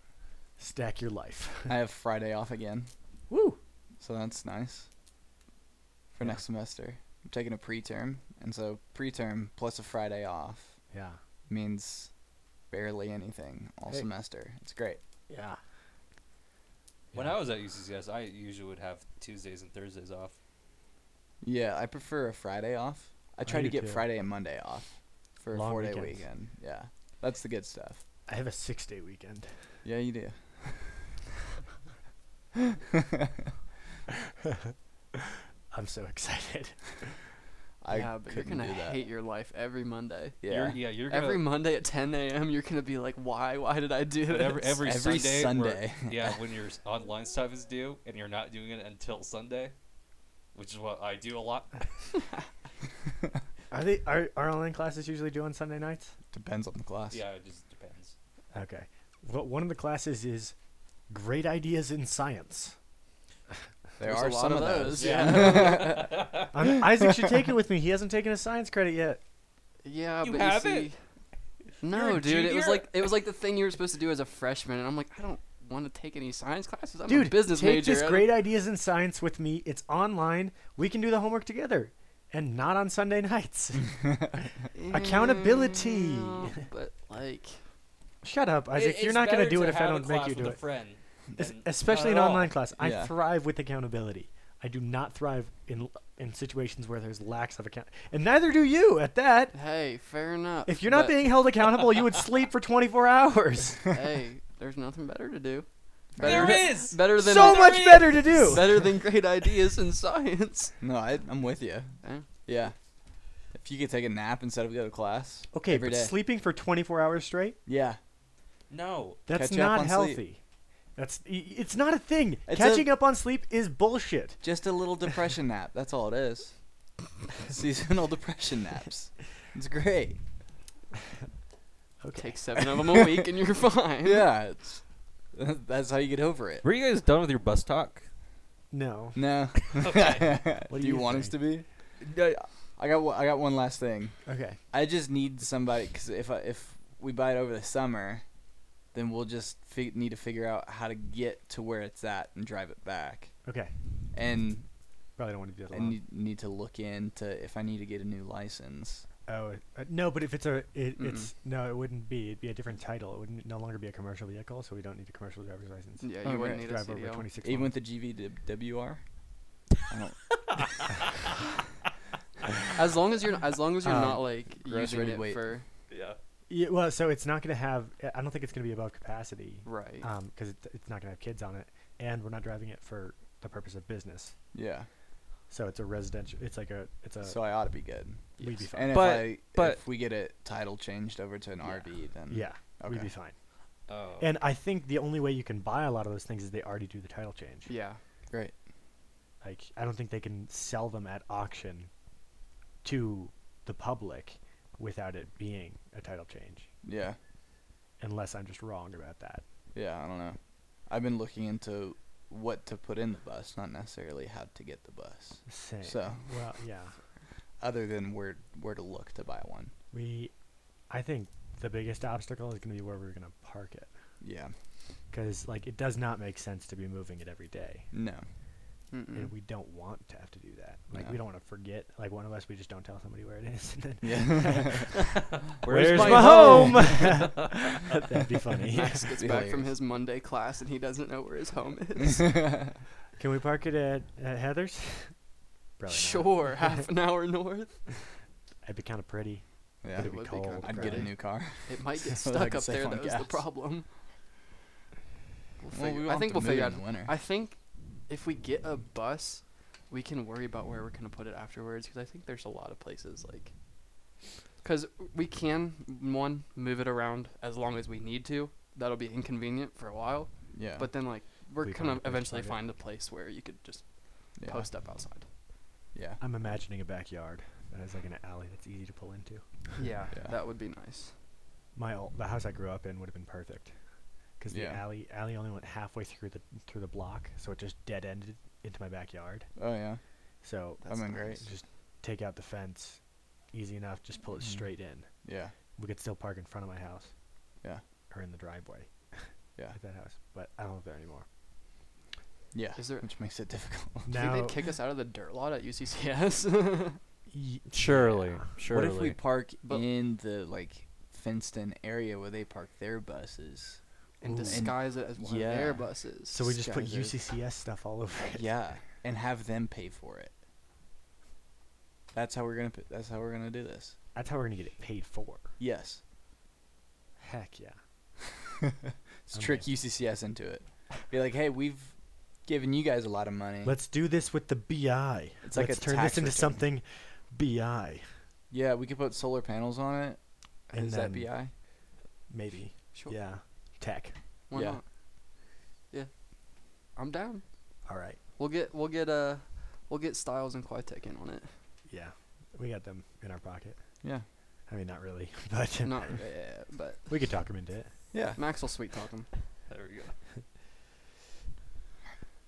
S3: stack your life.
S2: I have Friday off again,
S3: Woo!
S2: so that's nice. For
S3: Yeah.
S2: next semester, I'm taking a preterm, and so preterm plus a Friday off
S3: Yeah,
S2: means barely anything all
S3: Hey.
S2: semester. It's great.
S3: yeah.
S1: When
S3: Yeah.
S1: I was at UCCS, I usually would have Tuesdays and Thursdays off.
S2: Yeah, I prefer a Friday off. I
S3: I
S2: try to
S3: do
S2: get
S3: too.
S2: Friday and Monday off for a
S3: Long
S2: four-day
S3: weekends.
S2: weekend. Yeah, that's the good stuff.
S3: I have a six day weekend.
S2: Yeah, you do.
S3: I'm so excited.
S2: I
S4: yeah, but you're
S2: couldn't
S4: gonna
S2: do that.
S4: hate e- your life every Monday.
S2: yeah.
S1: You're, yeah, you're gonna,
S4: Every Monday at 10 a.m., you're gonna be like, "Why? Why did I do
S1: but
S4: this?"
S1: every, every
S2: Every
S1: Sunday.
S2: Sunday.
S1: where- yeah, when your s- online stuff is due and you're not doing it until Sunday, which is what I do a lot.
S3: Are they are are online classes usually due on Sunday nights?
S2: Depends on the class.
S1: Yeah, it just depends.
S3: Okay. Well, one of the classes is great ideas in science.
S2: There
S4: There's a
S2: are
S4: lot
S2: some
S4: of
S2: of
S4: those,
S2: those.
S1: Yeah.
S3: I'm, Um, Isaac should take it with me. He hasn't taken a science credit yet.
S4: Yeah,
S1: You
S4: but
S1: have
S4: you see,
S1: it?
S4: no,
S1: a
S4: dude, it was
S1: junior?
S4: like it was like the thing you were supposed to do as a freshman, and I'm like, I don't want to take any science classes. I'm a
S3: Dude,
S4: business
S3: take
S4: major.
S3: this
S4: I don't-
S3: great ideas in science with me. It's online. We can do the homework together, and not on Sunday nights. accountability.
S4: Yeah, but like,
S3: Shut up, Isaac.
S1: It-
S3: You're
S1: it's
S3: not gonna
S1: better
S3: do
S1: to
S3: it if I
S1: have a
S3: don't make
S1: class
S3: you do
S1: with a
S3: it.
S1: friend
S3: Es-
S1: than Oh.
S3: especially an
S1: not at all.
S3: online class. I
S2: Yeah.
S3: thrive with accountability. I do not thrive in in situations where there's lacks of account, and neither do you. At that,
S4: hey, fair enough.
S3: if you're not
S4: but,
S3: being held accountable, you would sleep for 24 hours.
S4: hey, there's nothing better to do.
S1: There
S4: Better,
S1: is!
S4: better than
S3: so
S1: there
S3: much
S1: is-
S3: better to do.
S4: better than great ideas in science.
S2: No, I, I'm with you.
S4: Eh?
S2: Yeah. If you could take a nap instead of go to class.
S3: Okay,
S2: every
S3: but
S2: day.
S3: sleeping for 24 hours straight,
S2: Yeah.
S1: No.
S3: that's
S2: Catch up
S3: not
S2: on
S3: healthy.
S2: sleep.
S3: That's i- it's not a thing.
S2: It's
S3: Catching
S2: a-
S3: up on sleep is bullshit.
S2: Just a little depression nap. That's all it is. Seasonal depression naps. It's great.
S3: Okay.
S4: Take seven of them a week, and you're fine.
S2: Yeah. It's, that's how you get over it.
S1: Were you guys done with your bus talk?
S3: No.
S2: No.
S1: Okay.
S3: What
S2: do
S3: do
S2: you
S3: you
S2: want us to be? I got one- I got one last thing.
S3: Okay.
S2: I just need somebody because if I, if we buy it over the summer, then we'll just fig- need to figure out how to get to where it's at and drive it back.
S3: Okay.
S2: And
S3: Probably don't want to do that.
S2: I
S3: alone.
S2: need, need to look into if I need to get a new license.
S3: oh uh, no, but if it's a, it,
S2: Mm-mm.
S3: it's no, it wouldn't be. It'd be a different title. It wouldn't no longer be a commercial vehicle, so we don't need a commercial driver's license.
S4: Yeah, you
S2: Oh,
S4: wouldn't
S2: right.
S4: need a
S3: Drive over
S4: CDL.
S3: 26.
S2: Even
S3: miles.
S2: with the GVWR. I don't.
S4: As long as you're n- as long as you're
S3: Um,
S4: not like
S2: gross
S4: using
S2: rated
S4: it
S2: weight.
S4: for
S1: Yeah.
S3: yeah, well, so it's not going to have. I don't think it's going to be above capacity,
S4: right.
S3: um, because it, it's not going to have kids on it, and we're not driving it for the purpose of business.
S2: Yeah.
S3: So it's a residential. It's like a. It's a.
S2: so I ought to be good.
S3: we'd be fine.
S2: And
S1: But-
S2: if I
S1: but-
S2: if we get it title changed over to an
S4: Yeah.
S2: RV, then
S3: yeah, we'd
S2: okay.
S3: be fine.
S1: Oh.
S3: And I think the only way you can buy a lot of those things is they already do the title change.
S4: yeah.
S2: great.
S3: Like I don't think they can sell them at auction to the public without it being a title change,
S2: Yeah.
S3: unless I'm just wrong about that.
S2: Yeah, I don't know. I've been looking into what to put in the bus, not necessarily how to get the bus.
S3: Same.
S2: So-
S3: well, yeah,
S2: Other than where where to look to buy one.
S3: we. I think the biggest obstacle is going to be where we're going to park it,
S2: Yeah.
S3: because like it does not make sense to be moving it every day.
S2: No.
S4: Mm-mm.
S3: and we don't want to have to do that. Like
S2: Mm. No.
S3: we don't want to forget. Like one of us, we just don't tell somebody where it is. and then,
S2: Yeah.
S3: Where's my home? That'd be funny.
S4: Max gets
S2: Be
S4: back from
S2: hilarious.
S4: his Monday class and he doesn't know where his home is.
S3: Can we park it at, at Heather's? Probably not.
S4: sure, half an hour north.
S3: It'd be kind of pretty.
S2: yeah.
S3: It'd
S4: would
S3: be
S4: be kinda
S3: cold.
S2: I'd get a
S4: Right.
S2: new car.
S4: It might get
S2: So that I
S4: stuck
S2: could
S4: up
S2: save
S4: there.
S2: on
S4: That was the
S2: gas.
S4: problem.
S2: Well,
S4: We'll figure-
S2: we
S4: I think we'll
S2: won't have to
S4: figure
S2: move
S4: out.
S2: in the winter.
S4: I think if we get a bus, we can worry about where we're gonna put it afterwards because I think there's a lot of places like. Because we can one move it around as long as we need to. That'll be inconvenient for a while,
S2: yeah.
S4: but then like we're
S3: We
S4: gonna
S3: find a place to
S4: eventually
S3: park it.
S4: find a place where you could just
S2: yeah.
S4: post up outside.
S2: Yeah.
S3: I'm imagining a backyard that is like an alley that's easy to pull into.
S4: Yeah,
S2: Yeah.
S4: that would be nice.
S3: My old, the house I grew up in would have been perfect, because the
S2: Yeah.
S3: alley alley only went halfway through the through the block, so it just dead ended into my backyard.
S2: Oh yeah.
S3: So
S4: That's
S2: mean,
S4: nice.
S2: great.
S3: just take out the fence, easy enough. Just pull it
S2: Mhm.
S4: Mm-hmm.
S3: straight in.
S2: Yeah.
S3: We could still park in front of my house.
S2: Yeah.
S3: Or in the driveway
S2: Yeah.
S3: at that house, but I don't live there anymore.
S2: Yeah.
S4: Is there?
S2: Which makes it difficult.
S4: Do you think
S3: Now,
S4: they'd kick us out of the dirt lot at UCCS?
S3: y-
S1: Surely,
S3: yeah.
S2: What
S1: surely.
S2: if we park
S4: But-
S2: in the like fenced-in area where they park their buses?
S4: and
S3: Ooh.
S4: disguise it as one of
S2: yeah.
S4: their buses.
S3: So we just put
S2: Skies are-
S3: UCCS stuff all over it.
S2: Yeah, and have them pay for it. That's how we're gonna. p- That's how we're gonna do this.
S3: That's how we're gonna get it paid for.
S2: Yes,
S3: Heck yeah.
S2: Let's trick
S3: Okay.
S2: UCCS into it. Be like, hey, we've given you guys a lot of money.
S3: Let's do this with the BI.
S2: It's like
S3: Let's
S2: a
S3: turn
S2: tax
S3: this into
S2: return.
S3: something BI.
S2: yeah, we could put solar panels on it.
S3: And
S2: Is
S3: then-
S2: that bi?
S3: Maybe.
S4: Sure.
S3: Yeah. Tech.
S4: Why
S2: yeah.
S4: not? Yeah. I'm down.
S3: All right.
S4: We'll get we'll get uh we'll get Styles and Quitek in on it.
S3: Yeah. We got them in our pocket.
S2: Yeah.
S3: I mean, not really, but
S4: Not yeah, but
S3: we could talk them into it.
S2: Yeah.
S4: Max will sweet talk him.
S1: There we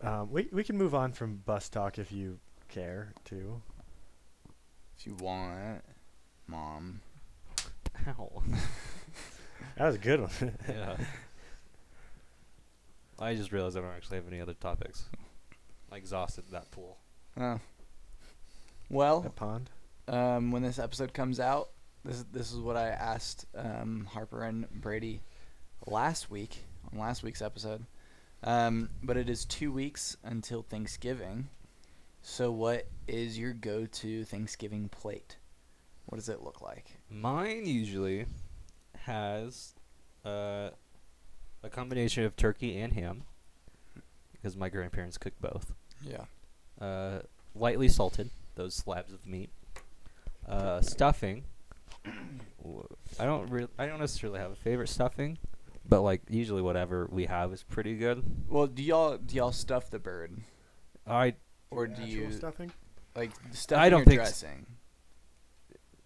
S1: go.
S3: Um, we we can move on from bus talk if you care to.
S2: If you want, mom.
S1: Ow.
S3: That was a good one.
S1: yeah. I just realized I don't actually have any other topics. I exhausted that pool.
S2: Uh, well,
S3: That pond.
S2: um, when this episode comes out, this this is what I asked um, Harper and Brady last week on last week's episode. Um, but it is two weeks until Thanksgiving. So, what is your go-to Thanksgiving plate? What does it look like?
S1: Mine usually has uh, a combination of turkey and ham because my grandparents cook both.
S2: Yeah.
S1: Uh, lightly salted, those slabs of meat. Uh, stuffing. w- I don't really, I don't necessarily have a favorite stuffing, but like usually whatever we have is pretty good.
S2: Well, do y'all do y'all stuff the bird,
S1: I
S2: or do you
S3: stuffing?
S2: like stuffing
S1: don't
S2: or
S1: think s-
S2: dressing?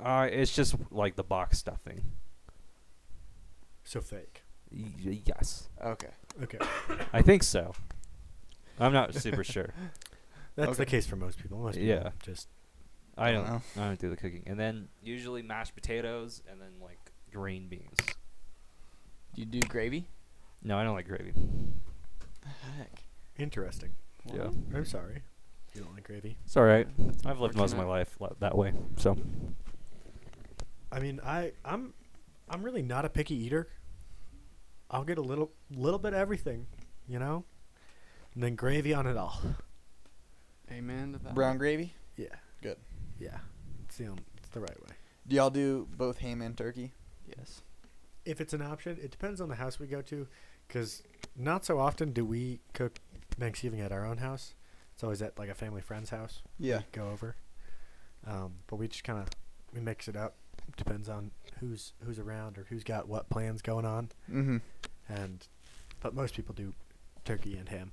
S1: Uh, it's just like the box stuffing.
S3: So fake.
S1: Y- y- yes,
S2: Okay.
S3: Okay.
S1: I think so. I'm not super sure.
S3: That's the
S2: Okay.
S3: case for most people. Most people
S1: Yeah.
S3: Just
S1: I
S2: don't
S1: don't. I don't do the cooking. And then usually mashed potatoes and then like green beans.
S2: Do you do gravy?
S1: No, I don't like gravy.
S2: The heck.
S3: interesting.
S1: Yeah,
S3: I'm sorry. You don't like gravy.
S1: it's all right. I've lived most of my
S4: unfortunate.
S1: life li- that way. So
S3: I mean, I I'm I'm really not a picky eater. I'll get a little little bit of everything, you know, and then gravy on it all.
S4: Amen to that.
S2: Brown gravy.
S3: Yeah.
S2: Good.
S3: Yeah. It's the um, it's the right way.
S2: Do y'all do both ham and turkey?
S4: Yes.
S3: If it's an option, it depends on the house we go to, because not so often do we cook Thanksgiving at our own house. It's always at like a family friend's house.
S2: Yeah.
S3: we go over. Um, but we just kind of we mix it up. Depends on who's who's around or who's got what plans going on.
S2: Mm-hmm.
S3: And but most people do turkey and ham.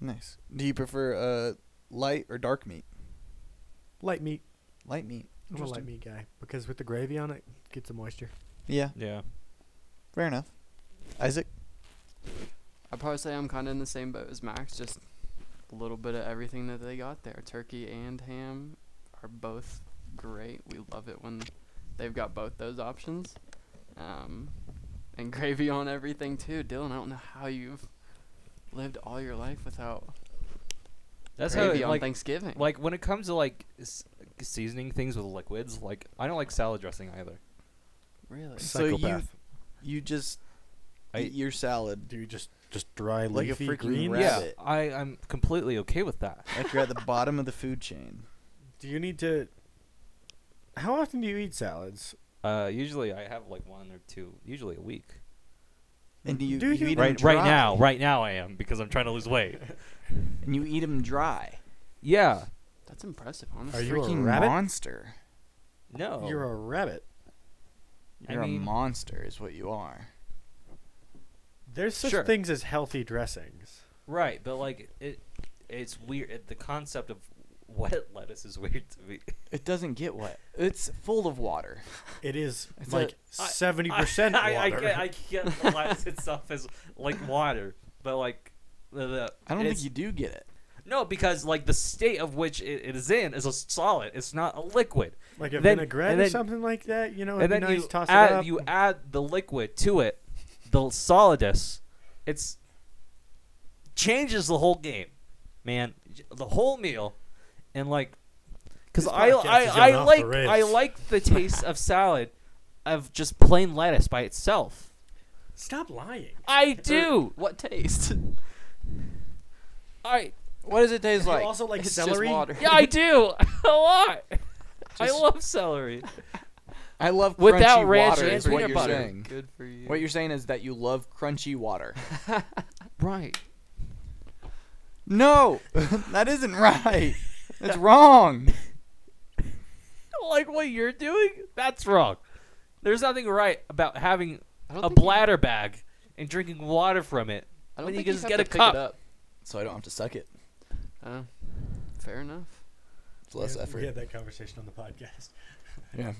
S2: Nice. Do you prefer uh, light or dark meat?
S3: Light meat.
S2: Light meat.
S3: I'm a light
S2: Interesting.
S3: meat guy because with the gravy on it, gets the moisture.
S2: Yeah,
S1: yeah,
S2: fair enough. Isaac.
S4: I'd probably say I'm kinda in the same boat as Max, just a little bit of everything that they got there. Turkey and ham are both great. We love it when they've got both those options. Um and gravy on everything too. Dylan, I don't know how you've lived all your life without
S1: That's how
S4: gravy
S1: it,
S4: on
S1: like
S4: Thanksgiving.
S1: like when it comes to like s- seasoning things with liquids, like I don't like salad dressing either.
S4: really?
S2: So you-
S3: Psychopath.
S5: You just
S1: I-
S5: eat your salad.
S3: Do you just just dry
S5: Like a
S3: leafy
S5: freaking
S3: greens?
S5: rat. Rabbit.
S1: Yeah, I I'm completely okay with that.
S5: Like you're at the bottom of the food chain.
S3: Do you need to? How often do you eat salads?
S1: Uh, usually I have like one or two, usually a week.
S5: And you,
S3: Do you?
S5: eat 'em
S1: Right,
S5: dry.
S1: right now, right now I am because I'm trying to lose weight.
S2: and you eat them dry.
S1: yeah,
S4: That's impressive,
S3: Are
S4: honestly.
S3: you a
S2: Freaking
S3: rabbit?
S2: monster.
S1: no,
S3: You're a rabbit.
S1: I
S2: You're
S1: mean-
S2: a monster, is what you are.
S3: There's such
S1: Sure.
S3: things as healthy dressings.
S1: right, but like it, it's weird. It, the concept of wet lettuce is weird to me.
S2: It doesn't get wet. It's full of water.
S3: It is
S2: It's
S3: like
S1: a- I-
S3: seventy percent water.
S1: I, I, I get, I get the lettuce itself as like water, but like the, the
S2: I don't
S1: it's-
S2: think you do get it.
S1: No, because like the state of which it, it is in is a solid. It's not a liquid.
S3: like a
S1: then-
S3: vinaigrette
S1: and
S3: or
S1: then-
S3: something like that. You know, it'd
S1: and
S3: be
S1: then
S3: nice
S1: you
S3: toss
S1: add
S3: it up.
S1: you add the liquid to it, the solidus. It's changes the whole game, man. The whole meal, and like, because
S3: This
S1: I
S3: podcast
S1: I,
S3: is
S1: I
S3: going off the
S1: like
S3: rails.
S1: I like the taste of salad, of just plain lettuce by itself.
S3: Stop lying.
S1: I do.
S4: Er, what taste?
S1: I
S2: What does it taste
S3: You
S2: like?
S3: also like
S4: it's
S3: celery.
S4: just water.
S1: yeah I do a lot. I
S2: Just-
S1: love celery.
S2: I love crunchy
S1: Without ranch
S2: water.
S1: and
S2: Is what
S1: peanut
S2: you're
S1: butter.
S2: saying.
S4: Good for you.
S2: What you're saying is that you love crunchy water.
S1: Right.
S2: no, that isn't right. That's wrong.
S1: like what you're doing, that's wrong. There's nothing right about having
S4: I don't
S1: a
S4: think you-
S1: bladder bag and drinking water from it.
S4: I don't
S1: when you
S4: think
S1: just
S4: have
S1: get
S4: to
S1: a
S4: pick
S1: cup.
S4: It up.
S2: So I don't have to suck it.
S4: Oh, fair enough.
S2: It's less
S3: We had-
S2: effort.
S3: We had that conversation on the podcast
S2: Yeah.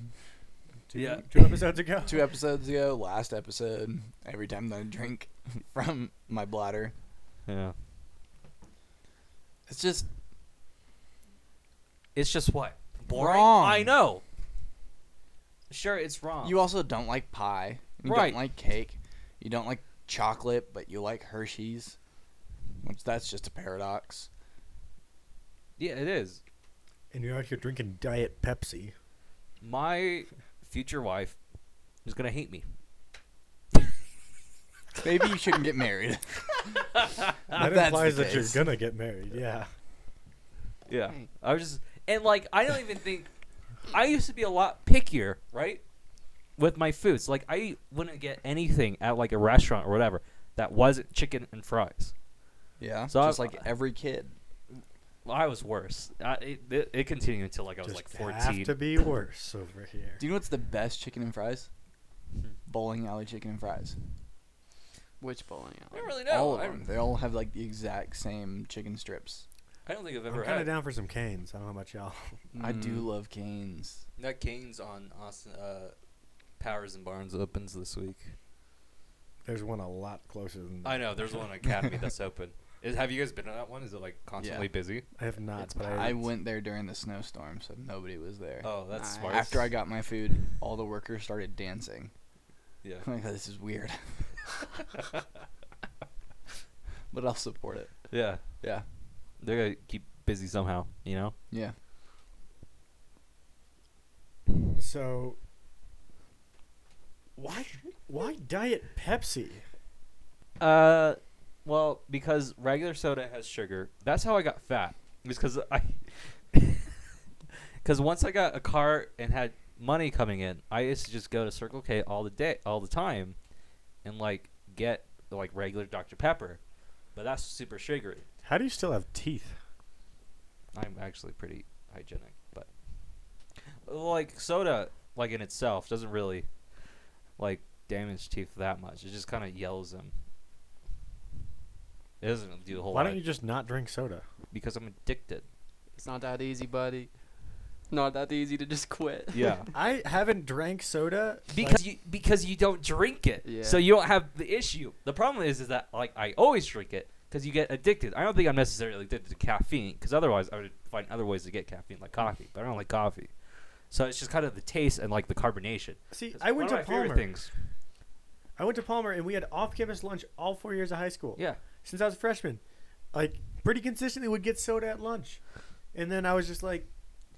S3: two,
S1: Yeah.
S3: two episodes ago.
S2: Two episodes ago, last episode, every time that I drink from my bladder,
S1: Yeah.
S2: it's just
S1: It's just what? Boring.
S2: Wrong.
S1: I know. Sure, it's wrong.
S2: You also don't like pie. You
S1: Right.
S2: don't like cake. You don't like chocolate, but you like Hershey's. Which that's just a paradox.
S1: yeah, it is.
S3: And you're out here drinking Diet Pepsi.
S1: My future wife is gonna hate me.
S2: Maybe you shouldn't get married.
S1: Ah,
S3: That
S2: that's
S3: implies
S2: the
S3: that you're
S2: case.
S3: gonna get married. Yeah.
S1: Yeah.
S4: Right.
S1: I was just and like I don't even think I used to be a lot pickier, right? With my foods. Like I wouldn't get anything at like a restaurant or whatever that wasn't chicken and fries.
S2: Yeah.
S1: So
S2: just
S1: I've-
S2: like every kid.
S1: Well, I was worse. I, it, it, it continued until like I was
S3: Just
S1: like
S3: have
S1: 14.
S3: to be worse over here.
S2: Do you know what's the best chicken and fries?
S3: Hmm.
S2: Bowling alley chicken and fries.
S4: Which bowling alley?
S1: I don't really
S2: all
S1: know.
S2: of
S1: I,
S2: them. They all have like the exact same chicken strips.
S1: I don't think I've
S3: I'm
S1: ever
S3: kind
S1: had
S3: of down for some canes. I don't know about y'all.
S2: I do
S3: Hmm.
S4: Mm.
S2: love Canes.
S1: Nut Canes on Austin uh, Powers and Barnes opens this week.
S3: There's one a lot closer than
S1: I know there's one at Academy that's open. Is, have you guys been to that one? Is it like constantly busy?
S3: I have not,
S4: It's
S3: but I,
S2: I went there during the snowstorm, so nobody was there.
S1: Oh, that's
S4: Nice.
S1: smart.
S2: After I got my food, all the workers started dancing.
S1: yeah,
S2: I'm like, this is weird. but I'll support it.
S1: yeah,
S2: Yeah.
S1: they're gonna keep busy somehow. You know.
S2: Yeah.
S3: so why why diet Pepsi?
S1: Uh, well, because regular soda has sugar. That's how I got fat. Was because I, because once I got a car and had money coming in, I used to just go to Circle K all the day, all the time, and like get like regular Dr Pepper, but that's super sugary.
S3: How do you still have teeth?
S1: I'm actually pretty hygienic, but like soda, like in itself, doesn't really like damage teeth that much. It just kind of yellows them. It doesn't do a whole
S3: Why
S1: lot
S3: don't you just not drink soda?
S1: because I'm addicted.
S4: It's not that easy, buddy. Not that easy to just quit.
S1: Yeah,
S3: I haven't drank soda
S1: because you because you don't drink it,
S4: Yeah.
S1: so you don't have the issue. The problem is is that like I always drink it because you get addicted. I don't think I'm necessarily addicted to caffeine because otherwise I would find other ways to get caffeine like coffee, but I don't like coffee. So it's just kind of the taste and like the carbonation.
S3: See,
S1: That's
S3: I went
S1: one
S3: to
S1: of my favorite
S3: Palmer.
S1: Things.
S3: I went to Palmer, and we had off-campus lunch all four years of high school.
S1: Yeah.
S3: Since I was a freshman, like pretty consistently would get soda at lunch, and then I was just like,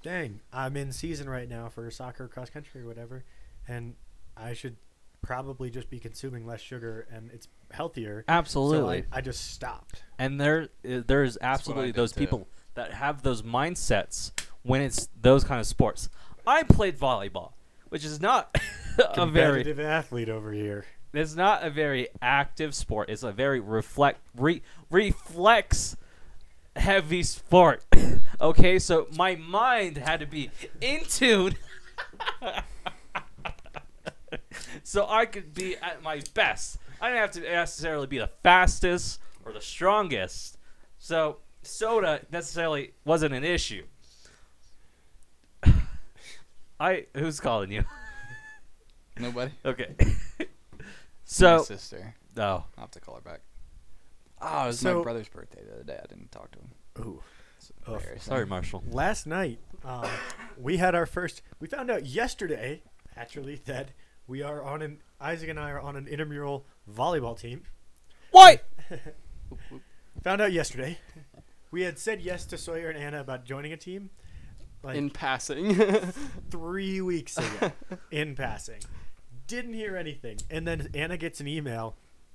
S3: "Dang, I'm in season right now for soccer, cross country, or whatever, and I should probably just be consuming less sugar and it's healthier."
S1: Absolutely.
S3: So I, I just stopped.
S1: and there i- there is absolutely
S2: did
S1: those
S2: too.
S1: people that have those mindsets when it's those kind of sports. I played volleyball, which is not a very
S3: Competitive athlete over here.
S1: it's not a very active sport. It's a very reflect re, reflex heavy sport. okay, so my mind had to be in tune. so I could be at my best. I didn't have to necessarily be the fastest or the strongest. So soda necessarily wasn't an issue. I who's calling you?
S2: Nobody.
S1: Okay.
S2: my
S1: so
S2: sister.
S1: no.
S2: I'll have to call her back.
S1: Ah,
S2: Oh, it was my
S3: So-
S2: brother's birthday the other day. I didn't talk to him.
S3: Ooh.
S2: It's
S3: Oh,
S2: embarrassing.
S1: Sorry, Marshall.
S3: Last night, um, we had our first. We found out yesterday, actually, that we are on an. Isaac and I are on an intramural volleyball team.
S1: What?
S3: Found out yesterday. We had said yes to Sawyer and Anna about joining a team, like
S4: in passing.
S3: three weeks ago, in passing. Didn't hear anything, and then Anna gets an email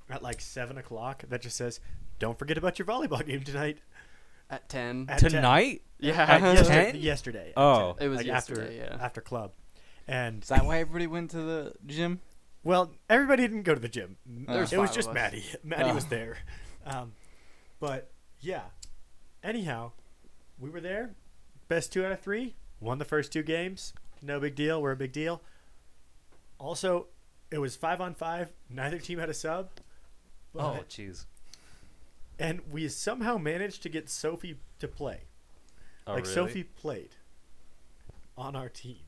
S3: at like seven o'clock that just says, "Don't forget about your volleyball game tonight."
S4: At 10.
S3: At 10.
S1: Tonight?
S3: At
S4: yeah.
S3: yester-
S1: 10?
S3: yesterday. at
S1: Uh-huh. Oh.
S3: 10,
S4: It was
S3: like
S4: yesterday,
S3: after
S4: yeah.
S3: after club, and
S2: Is that why everybody went to the gym?
S3: Well, everybody didn't go to the gym.
S4: There's
S3: it was
S4: Oh, five
S3: just
S4: of us.
S3: Maddie. Maddie
S2: Oh.
S3: was there. Um, but yeah. Anyhow, we were there. Best two out of three. Won the first two games. No big deal. We're a big deal. Also, it was five on five. Neither team had a sub. But,
S6: Oh, jeez.
S3: And we somehow managed to get Sophie to play.
S6: Oh,
S3: like
S6: really?
S3: Sophie played on our team.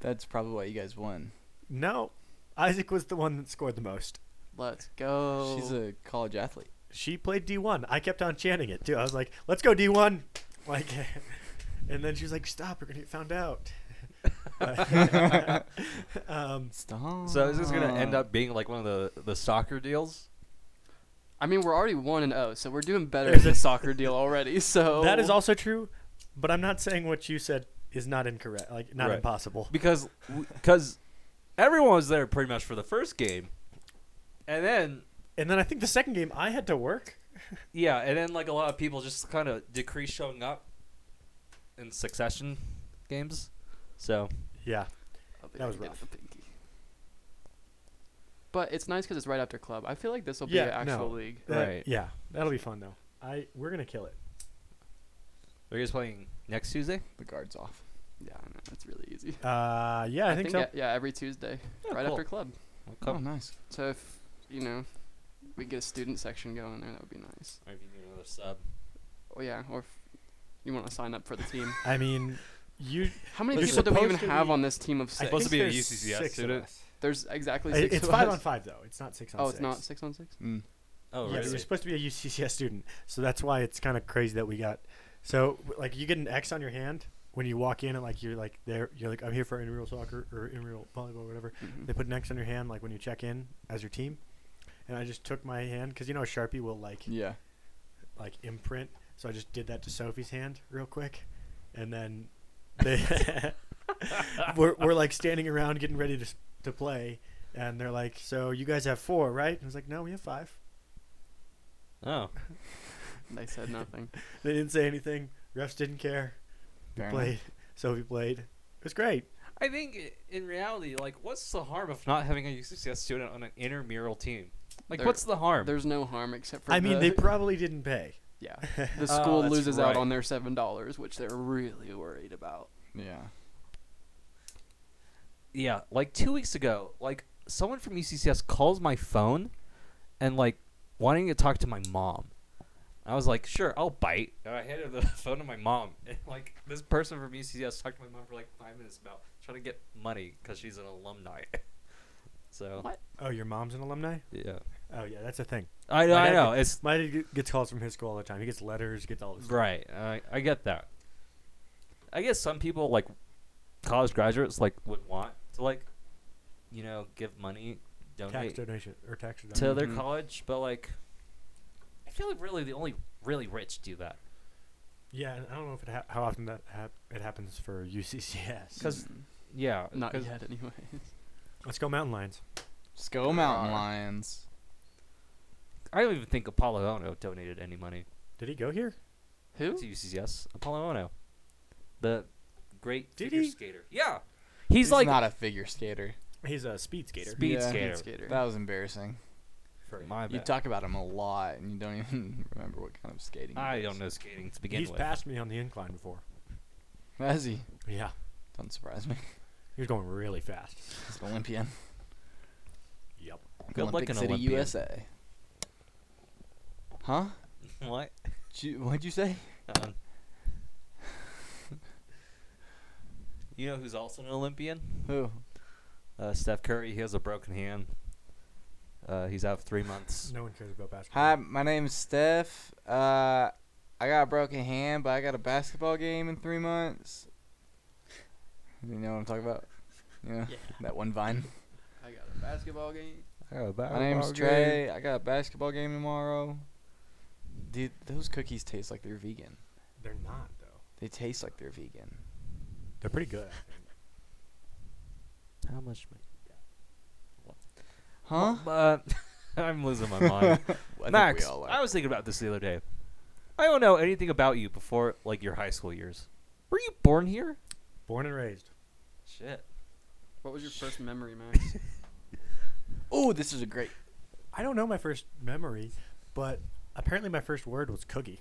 S2: That's probably why you guys won.
S3: No, Isaac was the one that scored the most.
S4: Let's go.
S2: She's a college athlete.
S3: she played D1. I kept on chanting it too. I was like, "Let's go D1." Like and then she was like, "Stop, we're going to get found out." But- um
S2: Stop.
S6: So is this
S1: Ah.
S6: gonna end up being like one of the the soccer deals?
S4: I mean, we're already 1 and 0, so we're doing better
S3: There's
S4: at
S3: a-
S4: the soccer deal already. So
S3: that is also true, but I'm not saying what you said is not incorrect, like not
S6: Right.
S3: impossible.
S1: Because because everyone was there pretty much for the first game, and then
S3: And then I think the second game I had to work.
S1: yeah, and then like a lot of people just kind of decrease showing up in succession games. So
S3: Yeah.
S4: I'll be
S3: That was
S4: right down
S3: rough.
S4: the pinky. But it's nice because it's right after club. I feel like this will be
S3: Yeah,
S4: an actual
S3: no.
S4: league.
S3: That-
S1: Right.
S3: Yeah. That'll be fun though. I we're going to kill it.
S1: are you guys playing next Tuesday?
S2: The guard's off.
S4: Yeah, I know. It's really easy.
S3: Uh yeah, I, think, so.
S4: e- Yeah, every Tuesday, right
S1: cool.
S4: after club.
S1: I'll
S2: Oh,
S1: come.
S2: nice.
S4: So if you know, we get a student section going there, that would be nice.
S1: Or if you need another sub.
S4: Oh yeah, or if you want to sign up for the team.
S3: I mean, you
S4: How many
S3: You're
S4: people do we even
S3: supposed to
S4: have
S3: be-
S4: on this team of
S3: I
S4: six?
S6: Supposed to
S3: think
S6: be a
S3: there's
S6: UCCS
S3: six of
S6: student.
S3: us.
S4: There's exactly
S3: It-
S4: six.
S3: It's
S4: of
S3: 5
S4: us.
S3: on 5 though. It's not 6 on
S4: Oh,
S3: 6.
S4: it's not six on six.
S2: Mm.
S1: Oh,
S3: yeah,
S1: really?
S3: you're supposed to be a UCCS student, so that's why it's kind of crazy that we got. So w- like, you get an X on your hand when you walk in, and like you're like there, you're like I'm here for intramural soccer or intramural volleyball, whatever.
S4: Mm-hmm.
S3: They put an X on your hand like when you check in as your team, and I just took my hand because you know a sharpie will like
S2: Yeah.
S3: like imprint, so I just did that to Sophie's hand real quick, and then they we're we're like standing around getting ready to s- to play, and they're like, so you guys have four, right? And I was like, no, we have five.
S1: Oh,
S4: They said nothing.
S3: They didn't say anything. Refs didn't care. We
S2: Fair enough.
S3: played. Sophie played. It was great.
S1: I think i- in reality, like, what's the harm of not having a UCCS student on an intramural team? Like,
S4: There-
S1: what's the harm?
S4: There's no harm except for
S3: I mean,
S4: the-
S3: they probably didn't pay.
S4: yeah. The
S1: Oh,
S4: school
S1: that's
S4: loses
S1: right.
S4: out on their seven dollars, which they're really worried about.
S2: Yeah.
S1: yeah, like two weeks ago, like someone from UCCS calls my phone, and like wanting to talk to my mom. I was like, sure, I'll bite. And I handed the phone to my mom, and like this person from UCCS talked to my mom for like five minutes about trying to get money because she's an alumni. so
S4: What?
S3: Oh, your mom's an alumni?
S1: yeah,
S3: Oh yeah, that's a thing.
S1: I know,
S3: My
S1: I
S3: dad
S1: know,
S3: gets-
S1: it's
S3: My dad get- gets calls from his school all the time. He gets letters, gets all this. stuff.
S1: Right. I I get that. I guess some people like college graduates like would want to like you know give money
S3: Tax
S1: donate
S3: donation or tax
S1: to
S3: donation.
S1: their
S2: Mhm.
S1: college, but like I feel like really the only really rich do that.
S3: Yeah, and I don't know if it ha- how often that hap it happens for UCCS.
S1: 'Cause- Yeah,
S4: Mm-hmm. Not
S1: 'cause-
S4: yet, anyways.
S3: Let's go mountain lions.
S2: Just go Mountain
S4: Rawr.
S2: Lions.
S1: I don't even think Apollo Ono donated any money
S3: Did he go here?
S4: Who?
S1: to UCCS. Apollo Ono, the great
S3: Did
S1: figure
S3: he?
S1: skater. Yeah, he's, like
S2: not a figure skater.
S3: He's a speed skater.
S1: speed
S2: Yeah.
S1: skater.
S4: Skater.
S2: That was embarrassing.
S1: My
S2: You
S1: bad.
S2: talk about him a lot, and you don't even remember what kind of skating. he
S1: I
S2: does.
S1: don't know skating to begin
S3: He's
S1: with.
S3: passed me on the incline before.
S2: Has he?
S3: Yeah,
S2: Don't surprise me.
S3: he was going really fast.
S2: He's an Olympian.
S3: Yep.
S1: Good luck
S2: Olympic
S1: in
S2: City,
S1: Olympian.
S2: USA. Huh?
S1: What?
S2: Did you- what'd you say?
S1: Um, you know who's also an Olympian?
S2: Who?
S1: Uh, Steph Curry. He has a broken hand. Uh, he's out for three months.
S3: No one cares about basketball.
S2: Hi, my name's Steph. Uh, I got a broken hand, but I got a basketball game in three months. You know what I'm talking about? You know,
S4: Yeah.
S2: that one vine.
S4: I got a basketball game.
S2: My name's Trey. I got a basketball game tomorrow. Dude, those cookies taste like they're vegan.
S3: They're not though.
S2: They taste like they're vegan.
S3: They're pretty good.
S1: How much?
S2: Huh?
S1: Uh, I'm losing my mind.
S2: I think
S1: Max,
S2: we all are.
S1: I was thinking about this the other day. I don't know anything about you before like your high school years. Were you born here?
S3: Born and raised.
S1: Shit.
S4: What was your first memory, Max?
S2: oh, this is a great.
S3: I don't know my first memory, but apparently my first word was cookie.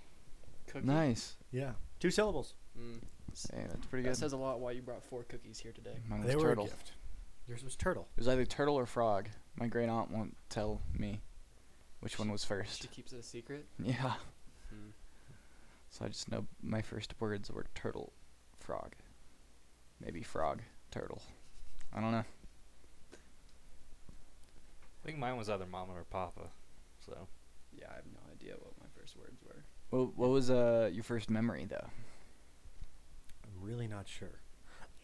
S4: Cookie.
S2: Nice.
S3: Yeah. Two syllables.
S4: Mm.
S2: Yeah, that's pretty
S4: That
S2: good.
S4: says a lot why you brought four cookies here today.
S2: Mine was
S3: they were a
S2: turtle. It
S3: gift. Yours was turtle.
S2: was either turtle or frog. My great aunt won't tell me which one was
S4: She
S2: first.
S4: keeps it a secret.
S2: Yeah.
S4: Mm.
S2: So I just know my first words were turtle, frog. Maybe frog, turtle. I don't know.
S1: I think mine was either mama or papa. So
S4: Yeah, I have no idea what my first words were.
S2: What, what was uh your first memory though?
S3: I'm really not sure.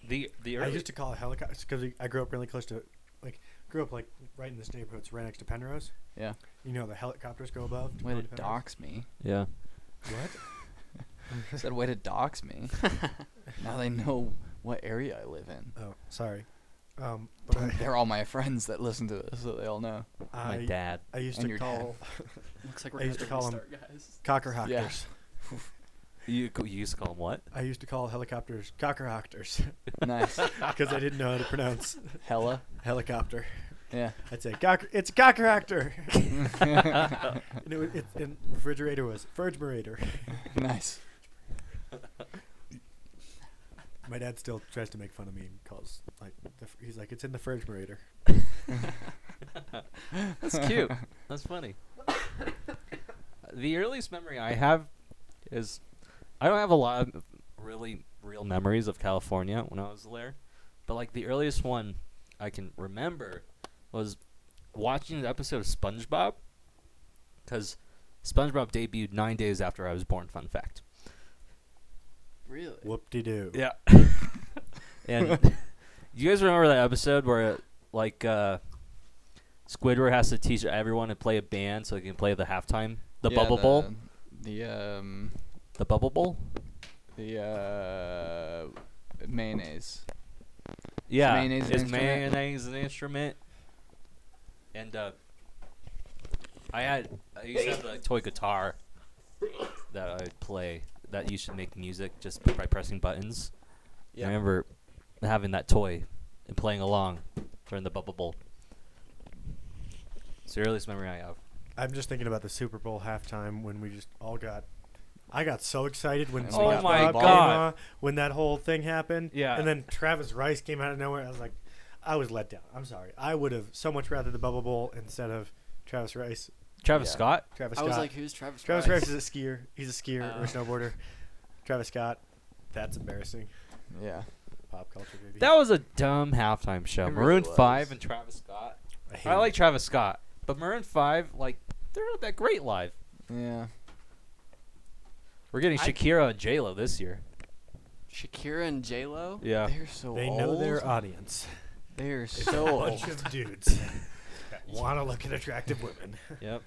S1: the the
S3: I
S1: early
S3: used to call it helicopters because I grew up really close to, like, grew up like right in this neighborhood, it's right next to Penrose.
S2: Yeah.
S3: You know the helicopters go above.
S2: Way to
S3: go Penrose?
S2: dox me.
S1: yeah.
S3: What?
S2: Said way to dox me. now they know what area I live in.
S3: Oh, sorry. Um, but I,
S2: They're all my friends that listen to this, so they all know.
S1: My
S3: I,
S1: dad.
S3: I used
S2: and
S3: to
S2: your dad.
S3: call
S4: Looks
S3: I
S4: like we're going
S3: used
S4: to
S3: to call 'em-
S4: restart, guys.
S3: cockerhockers.
S2: Yeah.
S1: You you used to call him what?
S3: I used to call helicopters cockerhochters
S2: Nice.
S3: because I didn't know how to pronounce
S2: Hella.
S3: helicopter.
S2: Yeah.
S3: I'd say cocker. It's a cockerhoctor.
S2: nice.
S3: and, it was, it, and refrigerator was refrigerator. My dad still tries to make fun of me and calls like the, fr- he's like it's in the refrigerator.
S1: That's cute. That's funny. the earliest memory I have is I don't have a lot of really real memories of California when I was there, but like the earliest one I can remember was watching the episode of SpongeBob because SpongeBob debuted nine days after I was born. Fun fact.
S4: Really?
S3: Whoop de doo.
S1: Yeah. and you guys remember that episode where like uh Squidward has to teach everyone to play a band so they can play the halftime, the
S2: Yeah,
S1: bubble bowl,
S2: The um
S1: the bubble bowl.
S2: the uh mayonnaise.
S1: Yeah,
S2: mayonnaise an
S1: is
S2: instrument?
S1: mayonnaise an instrument? And uh, I had I used to have the toy guitar that I'd play that you should make music just by pressing buttons.
S2: Yeah.
S1: I remember having that toy and playing along during the bubble bowl. It's the earliest memory I have.
S3: I'm just thinking about the Super Bowl halftime when we just all got. I got so excited when
S2: And we
S3: SpongeBob
S2: got my
S3: came
S1: God.
S3: on, when that whole thing happened.
S1: Yeah.
S3: And then Travis Rice came out of nowhere. I was like, I was let down. I'm sorry. I would have so much rather the Bubble Bowl instead of Travis Rice.
S1: Travis
S2: Yeah.
S1: Scott.
S3: Travis
S4: I
S3: Scott.
S4: was like, who's Travis?
S3: Travis
S4: Rice?
S3: Rice is a skier. He's a skier or
S4: Oh.
S3: a snowboarder. Travis Scott. That's embarrassing.
S2: Yeah.
S3: Pop culture, baby.
S1: That was a dumb halftime show.
S2: It really
S1: Maroon Five
S2: was.
S1: and Travis Scott.
S3: hate
S1: I
S3: it.
S1: like Travis Scott, but Maroon Five, like, they're not that great live.
S2: Yeah.
S1: We're getting
S3: I-
S1: Shakira and J Lo this year.
S4: Shakira and J Lo.
S1: Yeah.
S2: They're so
S3: They
S2: old.
S3: know their audience.
S2: They're
S3: It's a
S2: so old.
S3: bunch of dudes that want to look at attractive women.
S1: Yep.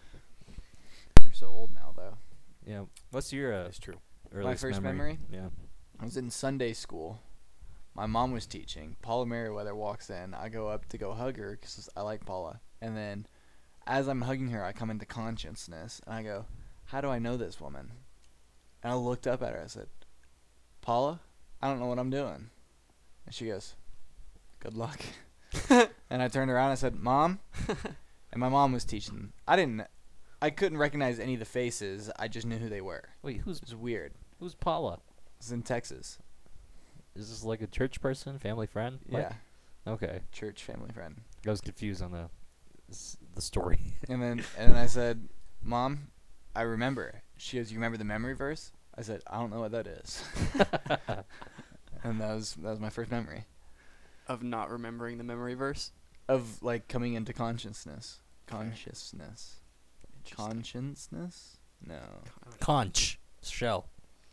S2: They're so old now though.
S7: Yeah. What's your uh,
S1: It's true.
S7: earliest
S2: first
S7: Yeah.
S2: I was in Sunday school. My mom was teaching. Paula Merriweather walks in. I go up to go hug her because I like Paula. And then as I'm hugging her, I come into consciousness and I go, How do I know this woman? And I looked up at her. I said, Paula, I don't know what I'm doing. And she goes, Good luck. and I turned around and I said, Mom? and my mom was teaching. I didn't, I couldn't recognize any of the faces. I just knew who they were.
S7: Wait, who's
S2: It was weird.
S7: who's Paula?
S2: It was in Texas.
S7: Is this like a church person, family friend? Like-
S2: Yeah.
S7: Okay.
S2: church family friend.
S7: I was confused on the s- the story.
S2: And then and then I said, "Mom, I remember." She goes, "You remember the memory verse?" I said, "I don't know what that is." and that was that was my first memory
S4: of not remembering the memory verse.
S2: of like coming into consciousness. Consciousness. Consciousness? No.
S7: Conch shell.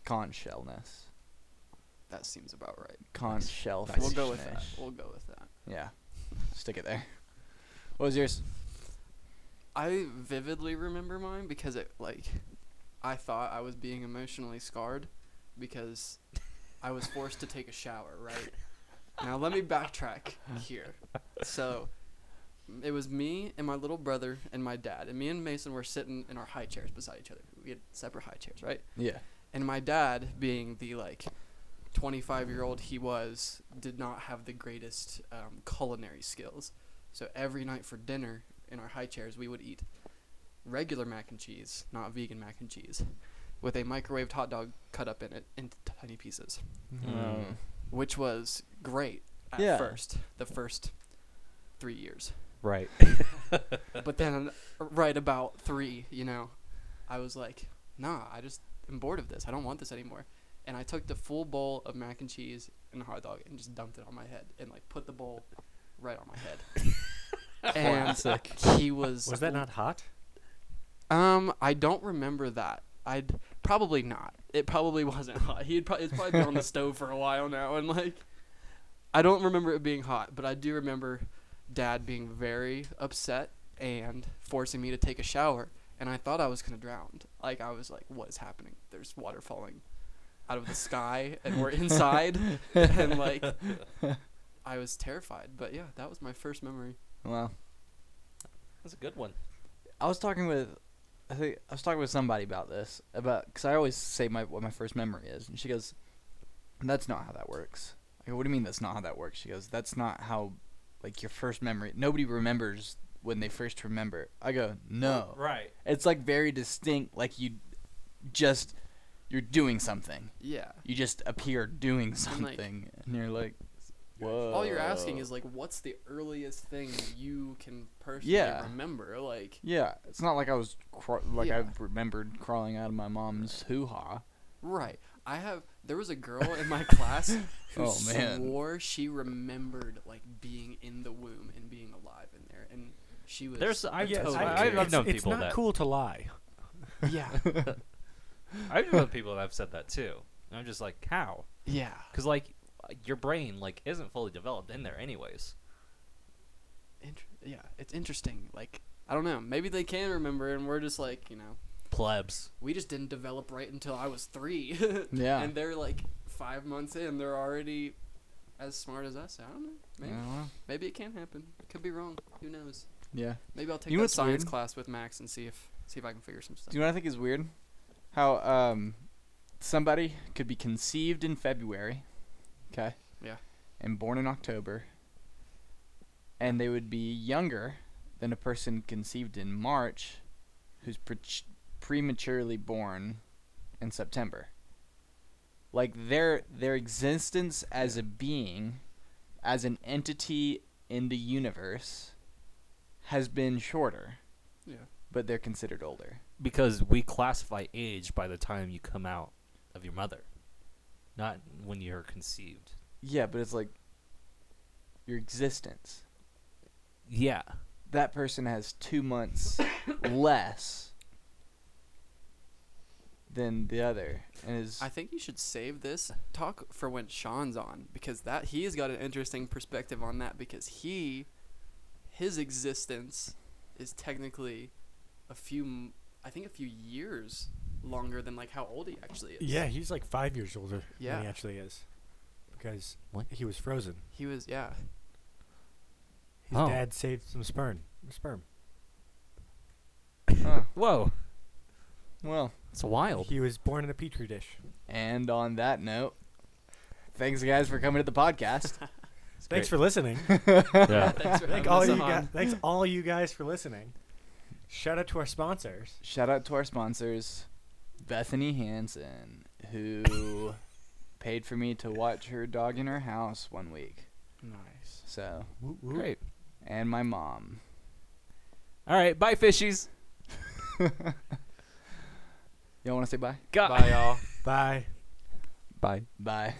S2: Consciousness.
S4: That seems about right.
S2: Conscious.
S4: We'll go with that. We'll go with that.
S2: Yeah. Stick it there. What was yours?
S4: I vividly remember mine because it like I thought I was being emotionally scarred because I was forced to take a shower, right? Now let me backtrack here. So it was me and my little brother and my dad, and me and Mason were sitting in our high chairs beside each other. We had separate high chairs, right?
S2: Yeah.
S4: and my dad being the like 25 year old he was did not have the greatest um, culinary skills so every night for dinner in our high chairs we would eat regular mac and cheese not vegan mac and cheese with a microwaved hot dog cut up in it into tiny pieces
S2: Uh,
S3: Um,
S7: Mm.
S4: which was great at
S5: Yeah.
S4: first the first three years
S7: Right.
S4: but then right about three, you know, I was like, nah, I just am bored of this. I don't want this anymore. And I took the full bowl of mac and cheese and a hot dog and just dumped it on my head and like put the bowl right on my head. and he was
S3: Was that not hot?
S4: um, I don't remember that. I'd probably not. It probably wasn't hot. He'd probably it's probably been on the stove for a while now, and like, I don't remember it being hot, but I do remember Dad being very upset and forcing me to take a shower, and I thought I was gonna drown. Like I was like, what is happening? There's water falling out of the sky, and we're inside, and like, I was terrified. But yeah, that was my first memory.
S2: Well,
S7: That's a good one.
S2: I was talking with, I think I was talking with somebody about this about because I always say my what my first memory is, and she goes, "That's not how that works." I go, "What do you mean that's not how that works?" She goes, "That's not how, like your first memory. Nobody remembers when they first remember." I go, "No,
S1: Right.
S2: it's like very distinct. Like you, just you're doing something.
S4: Yeah.
S2: You just appear doing
S4: And, like-
S2: something, and you're like." Whoa.
S4: All you're asking is like, what's the earliest thing you can personally
S2: Yeah.
S4: remember? Like,
S2: yeah, it's not like I was cr- like
S4: Yeah.
S2: I remembered crawling out of my mom's hoo ha.
S4: right? I have. There was a girl in my class who
S2: Oh, man.
S4: swore she remembered like being in the womb and being alive in there, and she was.
S7: There's I've
S4: Yes,
S7: told-
S4: I-
S7: I, have
S4: it's-
S7: known
S3: it's
S7: people
S3: not
S7: that
S3: cool to lie.
S4: yeah,
S7: I've known people that have said that too. And I'm just like, how?
S4: yeah.
S7: Because like your brain like isn't fully developed in there anyways.
S4: Inter- yeah, it's interesting. Like, I don't know. Maybe they can remember, and we're just like, you know,
S7: Plebs.
S4: we just didn't develop right until I was three.
S2: Yeah.
S4: And they're like five months in, they're already as smart as us. I don't know. Maybe.
S2: Yeah, well,
S4: Maybe it can happen. Could be wrong. Who knows?
S2: yeah.
S4: Maybe I'll take
S2: You know
S4: that
S2: what's
S4: science
S2: weird?
S4: class with Max and see if see if I can figure some stuff.
S2: Do you know what I think is weird? How um, somebody could be conceived in February, okay?
S4: Yeah.
S2: And born in October, and they would be younger than a person conceived in March, who's pre- prematurely born in September. Like their their existence as a being, as an entity in the universe, has been shorter,
S4: yeah.
S2: but they're considered older.
S7: Because we classify age by the time you come out of your mother, not when you're conceived.
S2: Yeah, but it's like your existence.
S7: Yeah.
S2: That person has two months less than the other, and is
S4: I think you should save this talk for when Sean's on because that he's got an interesting perspective on that because he his existence is technically a few m- I think a few years longer than like how old he actually is.
S3: Yeah, he's like five years older than
S4: Yeah.
S3: he actually is, because
S1: What?
S3: he was frozen.
S4: He was yeah.
S3: His
S1: Oh.
S3: dad saved some sperm. Sperm.
S1: Whoa,
S2: uh, Well,
S1: it's wild.
S3: He was born in a petri dish.
S2: and on that note, thanks guys for coming to the podcast.
S3: Thanks for listening.
S1: yeah.
S4: Thanks for
S3: Thank
S4: having
S3: all
S4: us
S3: you
S4: on.
S3: guys. Thanks all you guys for listening. Shout out to our sponsors.
S2: Shout out to our sponsors, Bethany Hansen, who paid for me to watch her dog in her house one week.
S4: Nice.
S2: So,
S3: Woo, woo.
S1: Great.
S2: and my mom.
S1: All right. Bye, fishies.
S2: Y'all want to say bye?
S1: Got-
S4: Bye y'all.
S3: Bye.
S1: Bye.
S2: Bye.